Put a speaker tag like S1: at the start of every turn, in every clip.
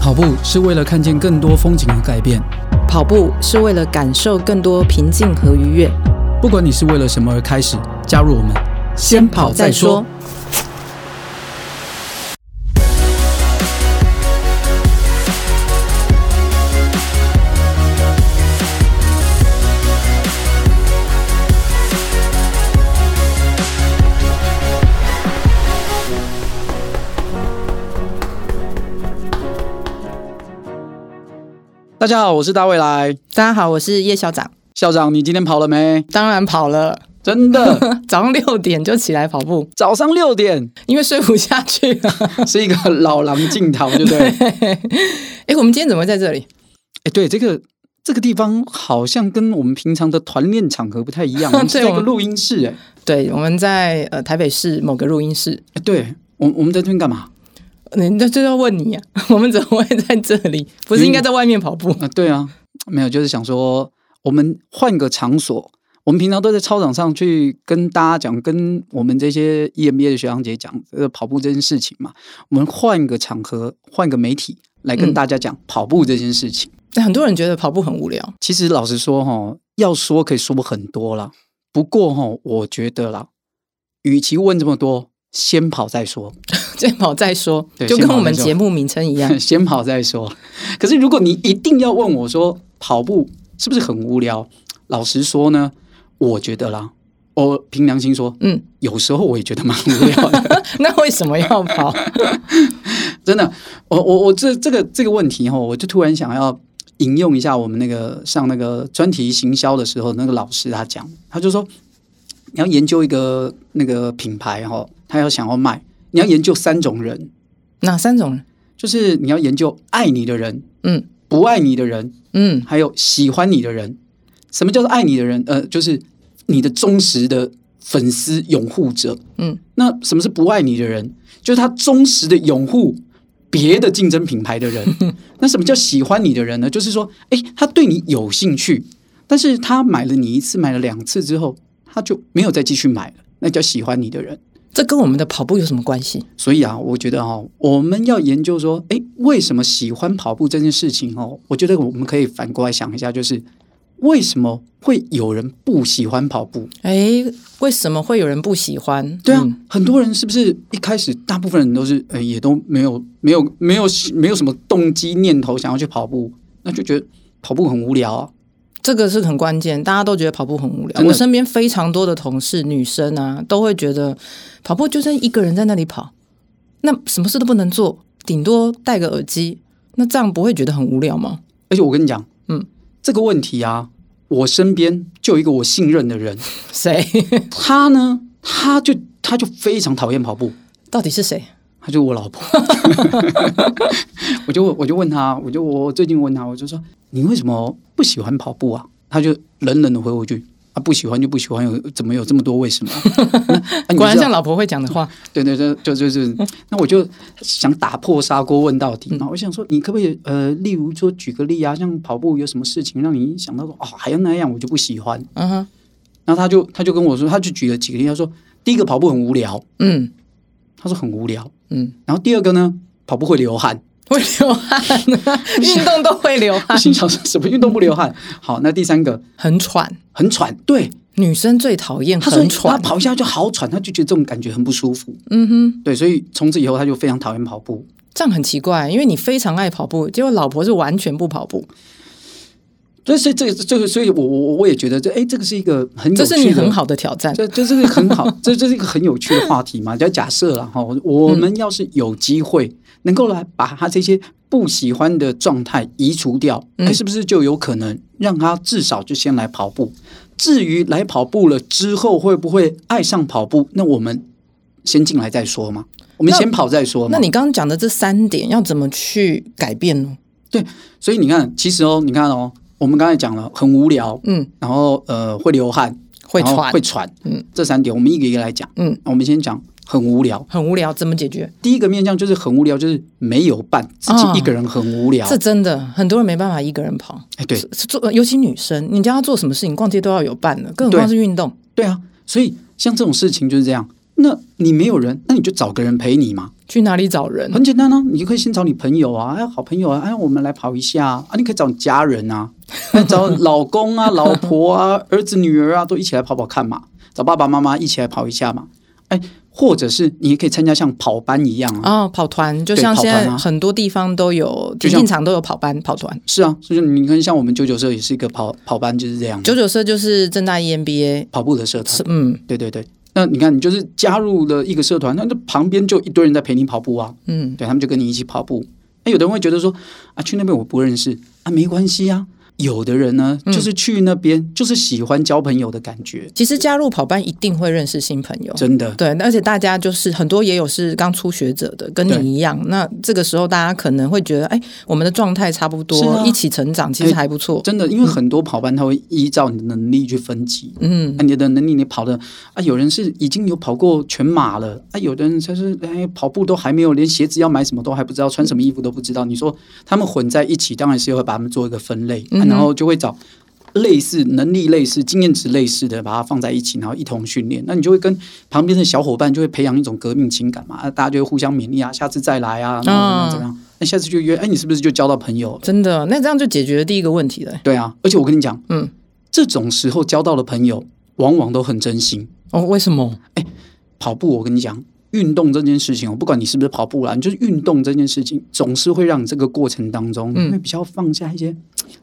S1: 跑步是为了看见更多风景和改变。
S2: 跑步是为了感受更多平静和愉悦。
S1: 不管你是为了什么而开始，加入我们，先跑
S2: 哦
S1: 再说。。大家好，我是大未来
S2: 大家好，我是叶校长。
S1: 校长。你今天跑了没？
S2: 当然跑了，
S1: 真 的，
S2: 早上六点就起来跑步，
S1: 早上六点
S2: 因为睡不下去啊了。
S1: 是一个老狼进堂，对不 对？哎、
S2: 哎，我们今天怎么会在这里？
S1: 对，这个这个地方好像跟我们平常的团练场合不太一样，我们是
S2: 对
S1: 在一
S2: 我
S1: 个
S2: 们
S1: 录音室、哎
S2: 对，我们在呃台北市某个录音室。
S1: 哎，对我我们在这边干嘛？
S2: 人家就要问你呀、啊 我们怎么会在这里？不是应该在外面跑步？
S1: 啊、对啊，没有，就是想说，我们换个场所。我们平常都在操场上去跟大家讲，跟我们这些 E EMBA 的学长姐讲呃跑步这件事情嘛。我们换个场合，换个媒体来跟
S2: 嗯
S1: 大家讲跑步这件事情。
S2: 很多人觉得跑步很无聊，
S1: 其实老实说哈、要说可以说很多啦。不过哈、我觉得啦，与其问这么多，先跑再说。
S2: 先跑再说，
S1: 对
S2: 就跟我们
S1: 先跑再说。
S2: 节目名称一 样
S1: 先跑再说。可是如果你一定要问我说跑步是不是很无聊，老实说呢，我觉得啦，我凭良心说，
S2: 嗯，
S1: 有时候我也觉得蛮无聊的，
S2: 那为什么要跑？
S1: 真的。我我我这这个这个问题哈、我就突然想要。引用一下我们那个上那个专题行销的时候，那个老师他讲，他就说，你要研究一个那个品牌哈、他要想要卖，你要研究三种人，
S2: 哪三种人？
S1: 就是你要研究爱你的人、
S2: 嗯
S1: 不爱你的人，
S2: 嗯，
S1: 还有喜欢你的人。什么叫做爱你的人？呃，就是你的忠实的粉丝、拥护者。
S2: 嗯，
S1: 那什么是不爱你的人？就是他忠实的拥护别的竞争品牌的 人。那什么叫喜欢你的人呢？就是说，诶，他对你有兴趣，但是他买了你一次，买了两次之后，他就没有再继续买了，那叫喜欢你的人。
S2: 这跟我们的跑步有什么关系？
S1: 所以啊，我觉得哈、哦，我们要研究说，诶，为什么喜欢跑步这件事情哦？我觉得我们可以反过来想一下，就是为什么会有人不喜欢跑步？
S2: 哎，为什么会有人不喜欢？
S1: 对啊，
S2: 嗯
S1: 很多人是不是一开始大部分人都是，呃，也都没有没有没有没有什么动机念头想要去跑步，那就觉得跑步很无聊啊。
S2: 这个是很关键，大家都觉得跑步很无聊。
S1: 真的
S2: 我身边非常多的同事，女生啊，都会觉得跑步就是一个人在那里跑，那什么事都不能做，顶多戴个耳机，那这样不会觉得很无聊吗？
S1: 而且我跟你讲，
S2: 嗯，
S1: 这个问题啊，我身边就有一个我信任的人，
S2: 谁？
S1: 他呢，他就他就非常讨厌跑步。
S2: 到底是谁？
S1: 她就是我老婆。 我就我就问她，我就我最近问她，我就说你为什么不喜欢跑步啊？她就冷冷的回我一句。啊，不喜欢就不喜欢，有怎么有这么多为什么？ 那啊你
S2: 果然
S1: 知道
S2: 像老婆会讲的话，
S1: 对对对，就就是，那我就想打破砂锅问到底
S2: 嗯
S1: 嘛。我想说，你可不可以呃，例如说举个例啊，像跑步有什么事情让你想到说哦，还要那样，我就不喜欢。
S2: 嗯哼，
S1: 然后他就他就跟我说，他就举了几个例，他说第一个跑步很无聊，
S2: 嗯
S1: 他说很无聊。
S2: 嗯，
S1: 然后第二个呢，跑步会流汗。
S2: 会流汗， 运动都会流
S1: 我
S2: 汗，
S1: 心想说什么运动不流 汗？好，那第三个
S2: 很喘。
S1: 很喘，对，
S2: 女生最讨厌
S1: 他说
S2: 很
S1: 他
S2: 喘，
S1: 跑一下就好喘，他就觉得这种感觉很不舒服，
S2: 嗯哼，
S1: 对，所以从此以后他就非常讨厌跑步。
S2: 这样很奇怪，因为你非常爱跑步，结果老婆是完全不跑步，
S1: 所以所以这个这个，所以我我我也觉得这哎，这个是一个很有趣
S2: 这
S1: 的
S2: 是你很，好的挑 战。
S1: 这这是一个很好，这这是一个很有趣的话题嘛。就假设了哈，我我
S2: 嗯
S1: 们要是有机会能够来把他这些不喜欢的状态移除掉，哎，
S2: 嗯
S1: 是不是就有可能让他至少就先来跑步？至于来跑步了之后会不会爱上跑步，那我们先进来再说嘛。我们
S2: 那
S1: 先跑再说嘛
S2: 那。你刚刚讲的这三点要怎么去改变呢？
S1: 对，所以你看，其实哦，你看哦，我们刚才讲了很无聊，
S2: 嗯，
S1: 然后呃会流汗，
S2: 会
S1: 然后
S2: 喘
S1: 会，喘，
S2: 嗯，
S1: 这三点我们一个一个来讲。
S2: 嗯，
S1: 我们先讲很无聊。
S2: 很无聊，怎么解决？
S1: 第一个面向就是很无聊，就是没有伴，自己一个人很无聊。
S2: 这真的很多人没办法一个人跑，
S1: 哎，对
S2: 是是做尤其女生，你叫她做什么事情，逛街都要有伴的，更何况是运动。
S1: 对啊，所以像这种事情就是这样。那你没有人，那你就找个人陪你嘛。
S2: 去哪里找人？
S1: 很简单啊，你就可以先找你朋友啊，哎，好朋友啊，哎，我们来跑一下啊，啊你可以找你家人啊，哎找老公啊、老婆啊、儿子、女儿啊，都一起来跑跑看嘛，找爸爸妈妈一起来跑一下嘛，哎，或者是你也可以参加像跑班一样啊，
S2: 哦，跑团就
S1: 对
S2: 像
S1: 跑
S2: 现
S1: 团
S2: 在
S1: 啊
S2: 很多地方都有，
S1: 就
S2: 田
S1: 像
S2: 径场都有跑班跑团。
S1: 是啊，所以你看像我们九九社也是一个跑跑班，就是这样，
S2: 九九社就是正大 E EMBA，
S1: 跑步的社团
S2: 是，嗯
S1: 对对对。那你看，你就是加入了一个社团，那这旁边就一堆人在陪你跑步啊，
S2: 嗯，
S1: 对他们就跟你一起跑步。那有的人会觉得说啊，去那边我不认识啊，没关系啊。有的人呢，就是去那边、就是喜欢交朋友的感觉，
S2: 其实加入跑班一定会认识新朋友。
S1: 真的。
S2: 对，而且大家就是很多也有是刚初学者的，跟
S1: 对
S2: 你一样。那这个时候大家可能会觉得，哎，我们的状态差不
S1: 是
S2: 多，
S1: 啊
S2: 一起成长，其实还不错。
S1: 真的，因为很多跑班他会依照你的能力去分级，
S2: 嗯，
S1: 啊，你的能力你跑的啊，有人是已经有跑过全马了，啊，有的人他是哎跑步都还没有，连鞋子要买什么都还不知道，穿什么衣服都不知道。你说他们混在一起，当然是会把他们做一个分类，啊然后就会找类似能力类似、经验值类似的，把它放在一起，然后一同训练。那你就会跟旁边的小伙伴就会培养一种革命情感嘛，啊，大家就会互相勉励啊，下次再来啊，然后怎么样怎么样，那、下次就约，哎，你是不是就交到朋友？
S2: 真的，那这样就解决了第一个问题了。欸
S1: 对啊，而且我跟你讲，
S2: 嗯，
S1: 这种时候交到的朋友往往都很真心。
S2: 哦，为什么？
S1: 跑步，我跟你讲，运动这件事情哦，不管你是不是跑步啦，你就是运动这件事情，总是会让你这个过程当中，
S2: 嗯。
S1: 你会比较放下一些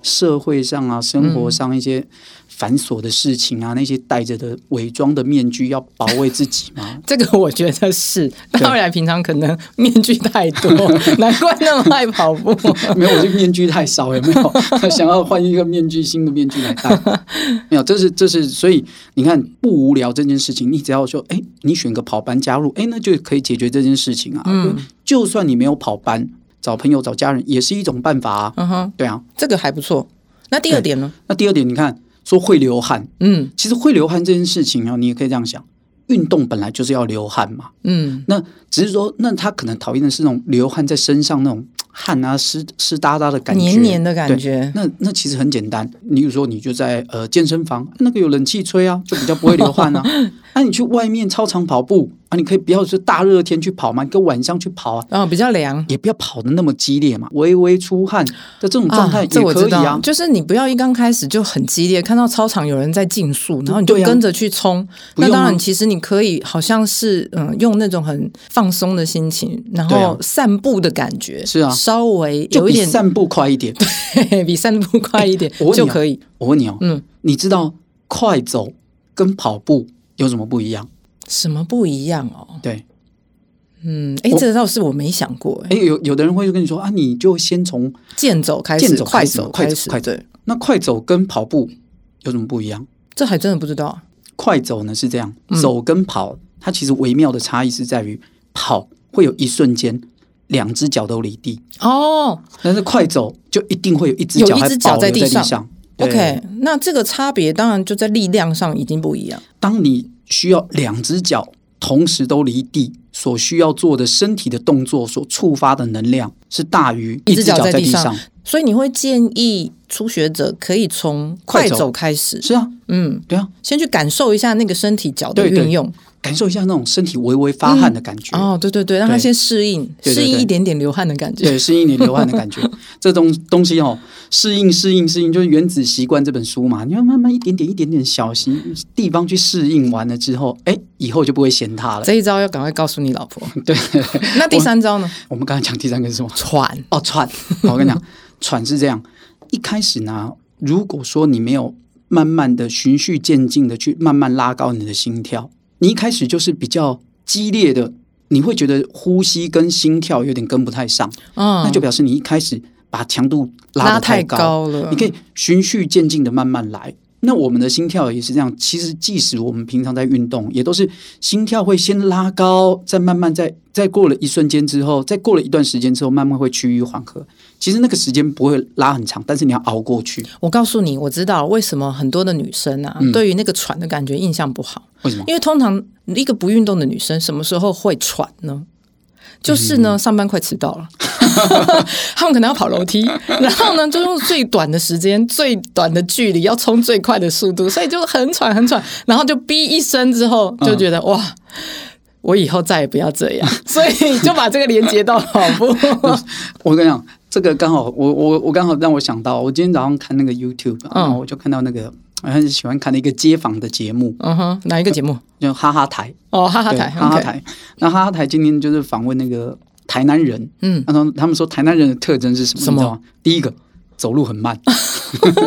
S1: 社会上啊、生活上一些繁琐的事情啊，那些戴着的伪装的面具，要保卫自己嘛
S2: 这个我觉得是， 当然平常可能面具太多， 难怪那么爱跑步。
S1: 没有，我这个面具太少，有没有？想要换一个面具，新的面具来戴。 没有，这是这是，所以你看不无聊这件事情，你只要说，哎，你选个跑班加入，哎，那就可以解决这件事情啊。
S2: 嗯
S1: 就算你没有跑班，找朋友、找家人也是一种办法啊。
S2: 嗯哼，
S1: 对啊，
S2: 这个还不错。那第二点呢？
S1: 那第二点，你看说会流汗，
S2: 嗯
S1: 其实会流汗这件事情啊，你也可以这样想，运动本来就是要流汗嘛。
S2: 嗯，
S1: 那只是说，那他可能讨厌的是那种流汗在身上那种汗啊湿湿哒哒的感觉，
S2: 黏黏的感
S1: 对
S2: 觉。
S1: 那那其实很简单，你比如说你就在呃健身房，那个有冷气吹啊，就比较不会流 汗啊。那、你去外面操场跑步啊，你可以不要是大热天去跑嘛，你可以晚上去跑啊，
S2: 然哦后、比较凉。
S1: 也不要跑的那么激烈嘛，微微出汗的这种状态也
S2: 这我
S1: 可
S2: 知
S1: 以
S2: 道，
S1: 啊。
S2: 就是你不要一刚开始就很激烈，看到操场有人在竞速，然后你就
S1: 对啊
S2: 跟着去冲。
S1: 不
S2: 那
S1: 用啊
S2: 当然，其实你可以好像是嗯，用那种很放松的心情，然
S1: 对啊
S2: 后散步的感觉，
S1: 是啊
S2: 稍微
S1: 就
S2: 有一
S1: 比
S2: 点
S1: 散步快一点。
S2: 比散步快一点
S1: 我问你啊
S2: 就可以。
S1: 我问你哦，
S2: 嗯，
S1: 你知道快走跟跑步有什么不一样？
S2: 什么不一样哦？
S1: 对，
S2: 嗯，哎，
S1: 我
S2: 这倒是我没想过，哎，
S1: 哎，有有的人会跟你说啊，你就先从
S2: 健走开
S1: 健
S2: 始，
S1: 走
S2: 快
S1: 开始嘛
S2: 走
S1: 快走
S2: 始，
S1: 快走
S2: 对，
S1: 那快走跟跑步有什么不一样？
S2: 这还真的不知道啊。
S1: 快走呢是这样，
S2: 嗯
S1: 走跟跑，它其实微妙的差异是在于跑会有一瞬间两只脚都离地，
S2: 哦
S1: 但是快走就一定会有一只脚
S2: 有一
S1: 还
S2: 只
S1: 保
S2: 脚
S1: 留在
S2: 在地上
S1: 上。对
S2: ，OK，那这个差别当然就在力量上已经不一样。
S1: 当你需要两只脚同时都离地，所需要做的身体的动作所触发的能量是大于
S2: 一
S1: 一只
S2: 只脚
S1: 脚
S2: 在
S1: 在
S2: 地
S1: 地
S2: 上
S1: 上。
S2: 所以你会建议初学者可以从快
S1: 快走
S2: 走开始，
S1: 是啊，
S2: 嗯，
S1: 对啊，
S2: 先去感受一下那个身体脚的
S1: 对对
S2: 运用。
S1: 感受一下那种身体微微发汗的感觉。
S2: 哦，对对对，让他
S1: 对
S2: 先适应，
S1: 对对
S2: 适应
S1: 对
S2: 一点点流汗的 感觉。
S1: 对，适应你流汗的感觉。这东东西哦，适应适应适应，就是《原子习惯》这本书嘛，你要慢慢一点点一点点小心地方去适应完了之后，哎，以后就不会嫌它了。
S2: 这一招要赶快告诉你老婆。
S1: 对，
S2: 那第三招呢？
S1: 我们刚才讲第三个是什么？
S2: 喘。
S1: 哦，喘。好我跟你讲，喘是这样，一开始呢，如果说你没有慢慢的循序渐进的去慢慢拉高你的心跳，你一开始就是比较激烈的，你会觉得呼吸跟心跳有点跟不太上。
S2: 嗯，
S1: 那就表示你一开始把强度
S2: 拉
S1: 得
S2: 太
S1: 太
S2: 高了
S1: 你可以循序渐进的慢慢来。那我们的心跳也是这样，其实即使我们平常在运动，也都是心跳会先拉高，再慢慢在再过了一瞬间之后，再过了一段时间之后，慢慢会趋于缓和。其实那个时间不会拉很长，但是你要熬过去。
S2: 我告诉你，我知道为什么很多的女生啊，
S1: 嗯
S2: 对于那个喘的感觉印象不好，
S1: 为什么？
S2: 因为通常一个不运动的女生什么时候会喘呢？就是呢，上班快迟到了， 他们可能要跑楼梯， 然后呢，就用最短的时间、最短的距离，要冲最快的速度，所以就很喘很喘，然后就哔一声之后，就觉得、哇，我以后再也不要这样， 所以就把这个连接到跑步。
S1: 我跟你讲，这个刚好，我我我刚好让我想到，我今天早上看那个 YouTube，然后我就看到那个我很喜欢看的一个街访的节目，
S2: 嗯哼，哪一个节目？
S1: 就哈哈台，
S2: 哦，哈哈
S1: 对
S2: 台，
S1: 哈哈
S2: OK，
S1: 台。啊那哈哈台今天就是访问那个台南人，
S2: 嗯，
S1: 他说他们说台南人的特征是什么？
S2: 什么
S1: 你知道吗？第一个走路很 慢，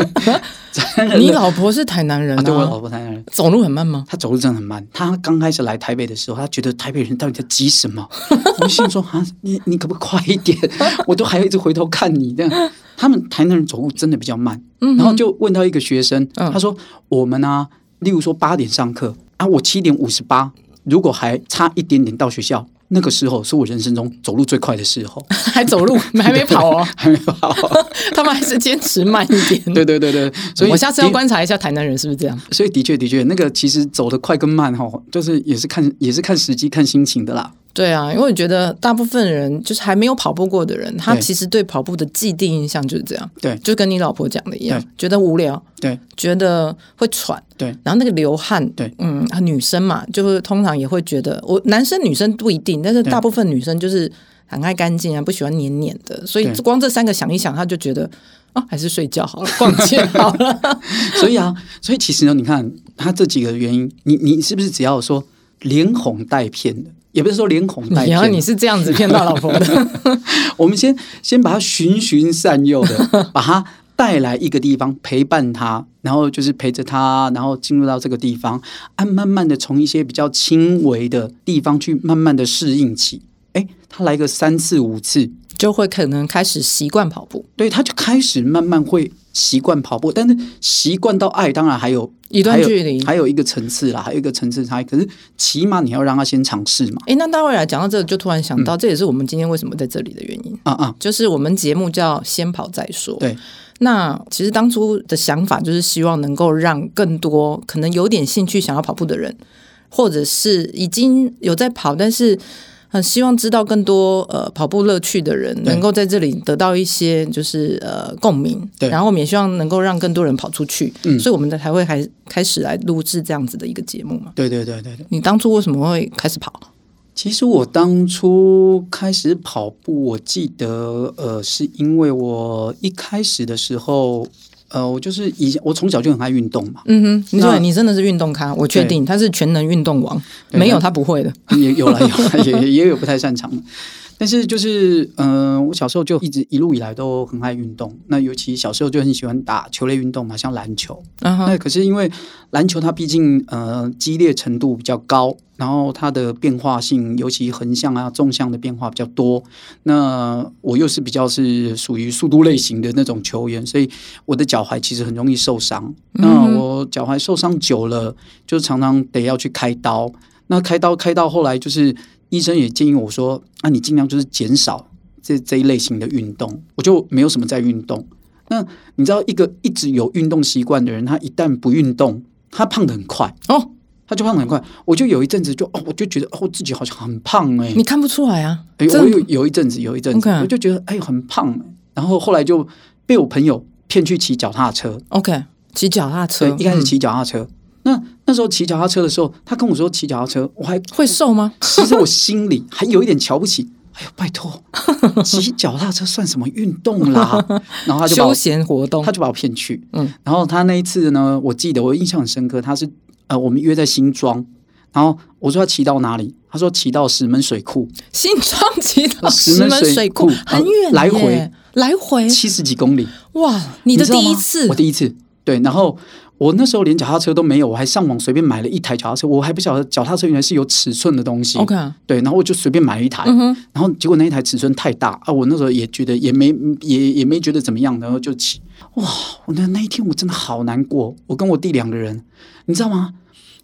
S2: 你老婆是台南人
S1: 啊，对我老
S2: 啊？
S1: 婆台南人。
S2: 走路很 慢吗？
S1: 他走路真的很慢。他刚开始来台北的时候，他觉得台北人到底在急什么？ 我心说啊，你你可不可以快一 点？我都还要一直回头看你这样。他们台南人走路真的比较慢。然后就问到一个学生，
S2: 嗯
S1: 他说我们啊，例如说八点上课啊，我七点五十八，如果还差一点点到学校，那个时候是我人生中走路最快的时 候，
S2: 还走路，还没跑哦，
S1: 还没跑。
S2: 他们还是坚持慢一点。
S1: 对对对对，所以
S2: 我下次要
S1: 的
S2: 观察一下台南人是不是这样。
S1: 所以的确的确，那个其实走得快跟慢哈，就是也是看也是看时机看心情的啦。
S2: 对啊，因为我觉得大部分人就是还没有跑步过的人，他
S1: 对
S2: 其实对跑步的既定印象就是这样。
S1: 对
S2: 就跟你老婆讲的一样
S1: 对，
S2: 觉得无聊，
S1: 对
S2: 觉得会喘，
S1: 对
S2: 然后那个流汗，
S1: 对，
S2: 嗯，女生嘛，就是通常也会觉得，我男生女生不一定，但是
S1: 对
S2: 大部分女生就是很爱干净啊，不喜欢黏黏的，所以
S1: 对
S2: 光这三个想一想，她就觉得啊，还是睡觉 好了，逛街好了，
S1: 所以啊，所以其实呢，你看他这几个原因，你你是不是只要说连哄带骗的，也不是说连哄带
S2: 然后
S1: 骗
S2: 你
S1: 的，
S2: 是这样子骗到老婆的，
S1: 我们先先把他循循善诱 的把他。带来一个地方陪伴他，然后就是陪着他，然后进入到这个地方，按慢慢的从一些比较轻微的地方去慢慢的适应起。哎，他来个三次五次，
S2: 就会可能开始习惯跑步。
S1: 对，他就开始慢慢会习惯跑步，但是习惯到爱，当然还有
S2: 一段
S1: 还有
S2: 距离
S1: 还有一个层次啦，还有一个层次差异。可是起码你要让他先尝试嘛，
S2: 诶，那大卫来讲到这，就突然想
S1: 嗯
S2: 到，这也是我们今天为什么在这里的原因，
S1: 啊啊，
S2: 就是我们节目叫“先跑再说”。
S1: 对，
S2: 那其实当初的想法就是希望能够让更多可能有点兴趣想要跑步的人，或者是已经有在跑，但是很希望知道更多呃跑步乐趣的人，
S1: 对
S2: 能够在这里得到一些就是呃共鸣。
S1: 对
S2: 然后我们也希望能够让更多人跑出去，
S1: 嗯
S2: 所以我们的才会还开始来录制这样子的一个节目嘛。
S1: 对对对对对。
S2: 你当初为什么会开始跑？
S1: 其实我当初开始跑步，我记得呃，是因为我一开始的时候，呃，我就是以前我从小就很爱运动嘛，
S2: 嗯哼，你
S1: 那
S2: 说你真的是运动咖，我确定他是全能运动王，
S1: 对
S2: 没有
S1: 那
S2: 他不会的。
S1: 也有了，有啦也也也有不太擅长的。但是就是，嗯、我小时候就一直一路以来都很爱运动。那尤其小时候就很喜欢打球类运动嘛，像篮球。
S2: 嗯哼，
S1: 那可是因为篮球它毕竟呃激烈程度比较高，然后它的变化性，尤其横向啊、纵向的变化比较多。那我又是比较是属于速度类型的那种球员，所以我的脚踝其实很容易受伤。
S2: 嗯
S1: 那我脚踝受伤久了，就常常得要去开刀。那开刀开到后来，就是医生也建议我说，那、你尽量就是减少这这一类型的运动。我就没有什么在运动。那你知道，一个一直有运动习惯的人，他一旦不运动，他胖得很快，
S2: 哦，
S1: 他就胖得很快。我就有一阵子就哦，我就觉得哦，我自己好像很胖哎、
S2: 你看不出来啊？
S1: 哎，
S2: 真
S1: 我
S2: 的
S1: 有有一阵子，有一阵子
S2: OK
S1: 我就觉得哎很胖欸，然后后来就被我朋友骗去骑脚踏车，
S2: OK，骑脚踏车
S1: 对，一开始
S2: 嗯
S1: 骑脚踏车。那那时候骑脚踏车的时候，他跟我说骑脚踏车，我还
S2: 会瘦吗？
S1: 其实我心里还有一点瞧不 起。哎呦，拜托， 骑脚踏车算什么运动啦？ 然后他就把
S2: 休
S1: 我
S2: 闲活动
S1: 他，就把我骗去。
S2: 嗯
S1: 嗯，然后他那一次呢，我记得我印象很深刻，他是呃，我们约在新庄，然后我说要骑到哪里，他说骑到石门水库，
S2: 新庄骑到
S1: 石
S2: 石
S1: 门
S2: 门
S1: 水
S2: 水库
S1: 库
S2: 很远耶，
S1: 来回
S2: 来回，
S1: 七十几公里，
S2: 哇！你的
S1: 知道
S2: 第一
S1: 吗
S2: 次
S1: 我第一次。对，然后我那时候连脚踏车都没有，我还上网随便买了一台脚踏车，我还不晓得脚踏车原来是有尺寸的东西。
S2: ，OK，
S1: 对，然后我就随便买了一台，
S2: 嗯哼，
S1: 然后结果那一台尺寸太大啊，我那时候也觉得也没也也没觉得怎么样，然后就骑，哇，我那那一天我真的好难过，我跟我弟两个人，你知道吗？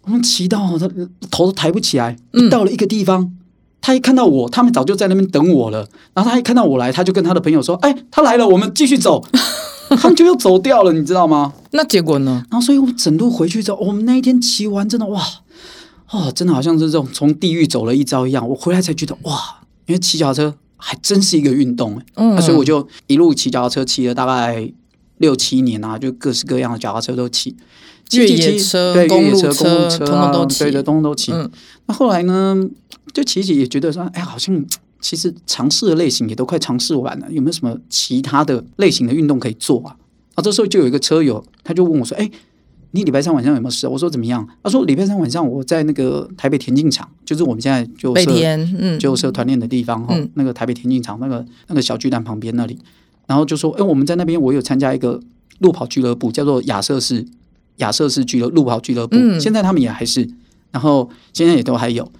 S1: 我们骑到他头都抬不起来，
S2: 嗯
S1: 到了一个地方，他一看到我，他们早就在那边等我了，然后他一看到我来，他就跟他的朋友说：“哎，他来了，我们继续走。” 他们就又走掉了，你知道吗？
S2: 那结果呢？
S1: 然后，所以我整路回去之后，我们那一天骑完，真的哇，哦，真的好像是这种从地狱走了一遭一样。我回来才觉得哇，因为骑脚踏车还真是一个运动哎、
S2: 嗯
S1: 那所以我就一路骑脚踏车，骑了大概六七年啊，就各式各样的脚踏车都骑，骑
S2: 越
S1: 骑
S2: 野
S1: 骑
S2: 车
S1: 对
S2: 公
S1: 越野
S2: 路
S1: 车、公路
S2: 车
S1: 车、啊，
S2: 通通都骑
S1: 对的，通通都骑。
S2: 嗯
S1: 那后来呢，就其实也觉得说，哎，好像其实尝试的类型也都快尝试完了，有没有什么其他的类型的运动可以做啊？啊，这时候就有一个车友，他就问我说，哎。你礼拜三晚上有没有事？啊我说怎么样？他说礼拜三晚上我在那个台北田径场，就是我们现在就
S2: 北
S1: 设
S2: 田，嗯，
S1: 就社团练的地方哈、
S2: 嗯
S1: 那个台北田径场那个那个小巨蛋旁边那里，然后就说，哎、我们在那边我有参加一个路跑俱乐部，叫做亚瑟士亚瑟士俱乐路跑俱乐部、
S2: 嗯
S1: 现在他们也还是，然后现在也都还有，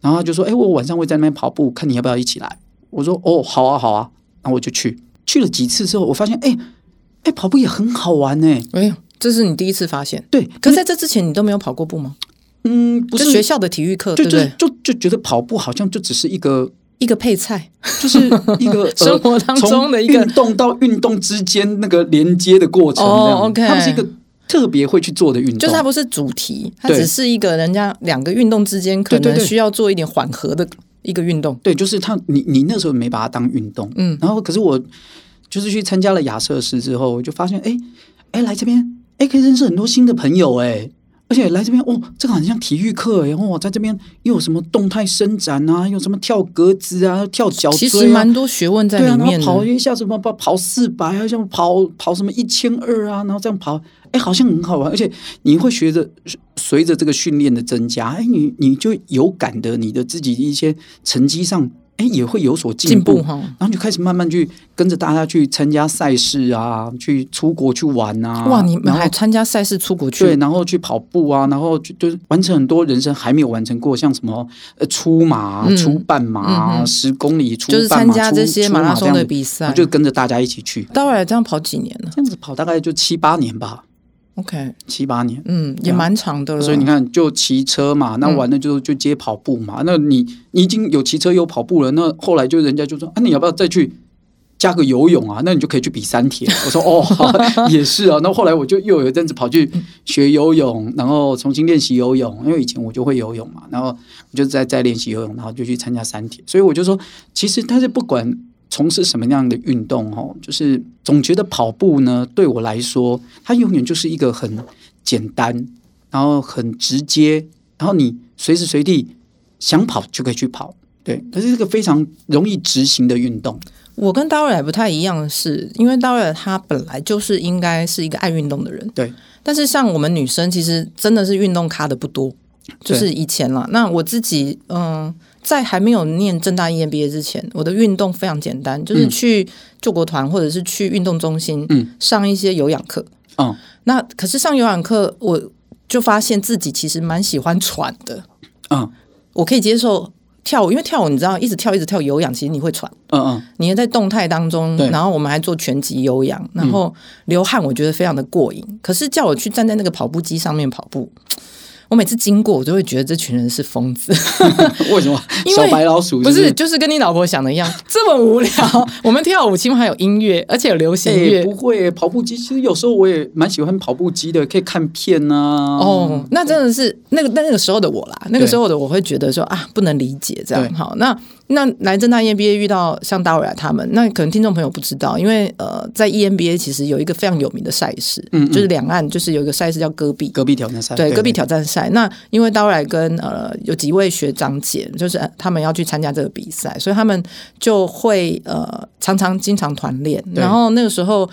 S1: 然后他就说，哎、我晚上会在那边跑步，看你要不要一起来。我说，哦，好啊，好啊，然后我就去，去了几次之后，我发现，哎、哎、跑步也很好玩呢、
S2: 哎呦，这是你第一次发现。
S1: 对，
S2: 可是在这之前，你都没有跑过步吗？
S1: 嗯，不
S2: 就是学校的体育课，
S1: 就
S2: 对不
S1: 就
S2: 对？
S1: 就就觉得跑步好像就只是一个，
S2: 一个配菜，
S1: 就是一个呃
S2: 生活当中的一
S1: 从
S2: 个
S1: 运动到运动之间那个连接的过程。
S2: 哦
S1: 这样
S2: OK
S1: 它不是一个特别会去做的运动，
S2: 就是它不是主题，它
S1: 对
S2: 只是一个人家两个运动之间可
S1: 对对
S2: 能
S1: 对
S2: 需要做一点缓和的一个运动。
S1: 对，就是它你你那时候没把它当运动，
S2: 嗯，
S1: 然后可是我就是去参加了亚瑟士之后，我就发现，哎哎来这边，哎可以认识很多新的朋友，哎。而且来这边哦，这个很像体育课哎，哦，在这边又有什么动态伸展啊，又有什么跳格子啊，跳脚
S2: 其
S1: 锥
S2: 实
S1: 啊
S2: 蛮多学问在
S1: 对啊，然
S2: 里
S1: 后
S2: 面的。
S1: 跑一下子跑跑跑四百啊，像跑跑什么一千二啊，然后这样跑，哎，好像很好玩，而且你会学着随着这个训练的增加，哎，你你就有感的你的自己的一些成绩上，哎，也会有所进
S2: 进
S1: 步
S2: 步哈。
S1: 然后你就开始慢慢去跟着大家去参加赛事啊，去出国去玩啊。
S2: 哇，你们
S1: 然后
S2: 还参加赛事出国
S1: 对，
S2: 去？
S1: 然后去跑步啊，然后就就是完成很多人生还没有完成过，像什么呃出马啊、
S2: 嗯
S1: 出半马啊、
S2: 嗯哼
S1: 十公里出
S2: 就是
S1: 半
S2: 参
S1: 马
S2: 加
S1: 出
S2: 这些
S1: 出
S2: 马拉
S1: 这
S2: 松
S1: 样
S2: 的
S1: 子
S2: 比赛
S1: 我。就跟着大家一起去，
S2: 到来这样跑几年了
S1: 这样子跑大概就七八年吧，
S2: ？OK，
S1: 七八年。
S2: 嗯，也
S1: 啊
S2: 蛮长的了。
S1: 所以你看，就骑车嘛，那完了就就接跑步嘛。那你你已经有骑车有跑步了，那后来就人家就说啊，你要不要再去加个游泳啊？那你就可以去比三铁。 我说哦，好也是啊。那后来我就又有一阵子跑去学游泳，然后重新练习游泳，因为以前我就会游泳嘛，然后我就在在练习游泳，然后就去参加三铁。所以我就说，其实但是不管从事什么样的运动哦，就是总觉得跑步呢，对我来说，它永远就是一个很简单，然后很直接，然后你随时随地想跑就可以去跑。对，它是一个非常容易执行的运动。
S2: 我跟大卫来不太一样的是，因为大卫来他本来就是应该是一个爱运动的人，
S1: 对。
S2: 但是像我们女生，其实真的是运动咖的不多，就是以前啦。那我自己，嗯、在还没有念正大 EMBA 之前，我的运动非常简单，就是去救国团或者是去运动中心，
S1: 嗯，
S2: 上一些有氧课。
S1: 嗯，
S2: 那可是上有氧课，我就发现自己其实蛮喜欢喘的，
S1: 嗯
S2: 我可以接受跳舞，因为跳舞你知道，一直跳一直跳有氧，其实你会喘。
S1: 嗯嗯，
S2: 你也在动态当中，
S1: 对嗯
S2: 然后我们还做拳击有氧，然后流汗，我觉得非常的过瘾。可是叫我去站在那个跑步机上面跑步，我每次经过，我就会觉得这群人是 疯子，
S1: 为什么
S2: 因为
S1: 小白老鼠
S2: 不
S1: 是
S2: 是？就是跟你老婆想的一样，这么无聊。 我们跳舞起码还有音乐，而且有流行
S1: 哎、
S2: 乐。
S1: 不会、跑步机。其实有时候我也蛮喜欢跑步机的，可以看片啊。
S2: 哦，那真的是那个那个时候的我啦，那个时候的我会觉得说啊，不能理解这样。
S1: 对
S2: 好，那那来正大 E EMBA 遇到像大伟啊他们，那可能听众朋友不知道，因为呃，在 EMBA 其实有一个非常有名的赛事，
S1: 嗯嗯
S2: 就是两岸就是有一个赛事叫戈壁。
S1: 隔壁挑战赛，
S2: 对戈壁挑战赛，那因为刀来跟呃有几位学长姐，就是呃他们要去参加这个比赛，所以他们就会呃常常经常团练。
S1: 对
S2: 然后那个时候，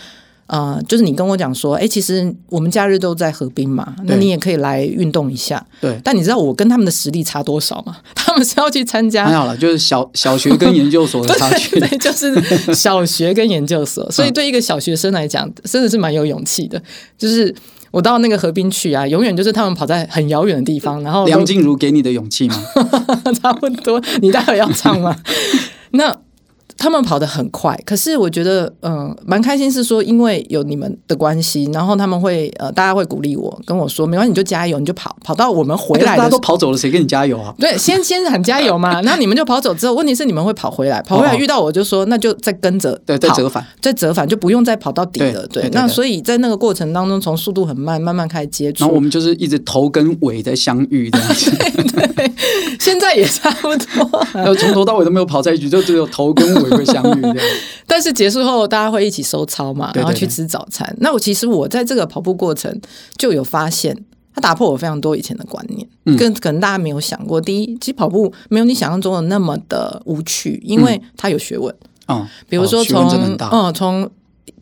S2: 呃，就是你跟我讲说，哎，其实我们假日都在河滨嘛，那
S1: 对
S2: 你也可以来运动一下。
S1: 对，
S2: 但你知道我跟他们的实力差多少吗？ 他们是要去参加
S1: 还好了，就是小小学跟研究所的 差距。
S2: 对，就是小学跟研究所，所以对一个小学生来讲，真的是蛮有勇气的。就是我到那个河滨去啊，永远就是他们跑在很遥远的地方，然后
S1: 梁静茹给你的勇气吗？
S2: 都差不多。你待会要唱吗？ 那他们跑得很快，可是我觉得，嗯、蛮开心，是说因为有你们的关系，然后他们会呃，大家会鼓励我，跟我说没关系，你就加油，你就跑，跑到我们 回来
S1: 大家
S2: 的时
S1: 都
S2: 候。
S1: 跑走了，谁跟你加油啊？
S2: 对，先先喊加 油嘛，然后你们就跑走之后，问题是你们会跑回来，跑回来
S1: 哦哦
S2: 遇到我就说，那就再跟着
S1: 对，再
S2: 跑
S1: 折返。
S2: 再折返就不用再跑到底了。
S1: 对
S2: 对，
S1: 对对
S2: 那
S1: 对
S2: 所以在那个过程当中，从速度很慢，慢慢开始接
S1: 然后
S2: 触。
S1: 我们就是一直头跟尾在相遇这样子，
S2: 现在也差不多，
S1: 然后从头到尾都没有跑在一起，就只有头跟尾会相遇这样。
S2: 但是结束后大家会一起收操嘛，
S1: 对对
S2: 然后去
S1: 对
S2: 吃早餐。那我其实我在这个跑步过程就有发现，它打破我非常多以前的观念，
S1: 嗯
S2: 跟可能大家没有想过。第一，其实跑步没有你想象中的那么的无趣，因为
S1: 嗯
S2: 它有学问。
S1: 啊，
S2: 比如说
S1: 哦学
S2: 从
S1: 问真的很大，
S2: 嗯从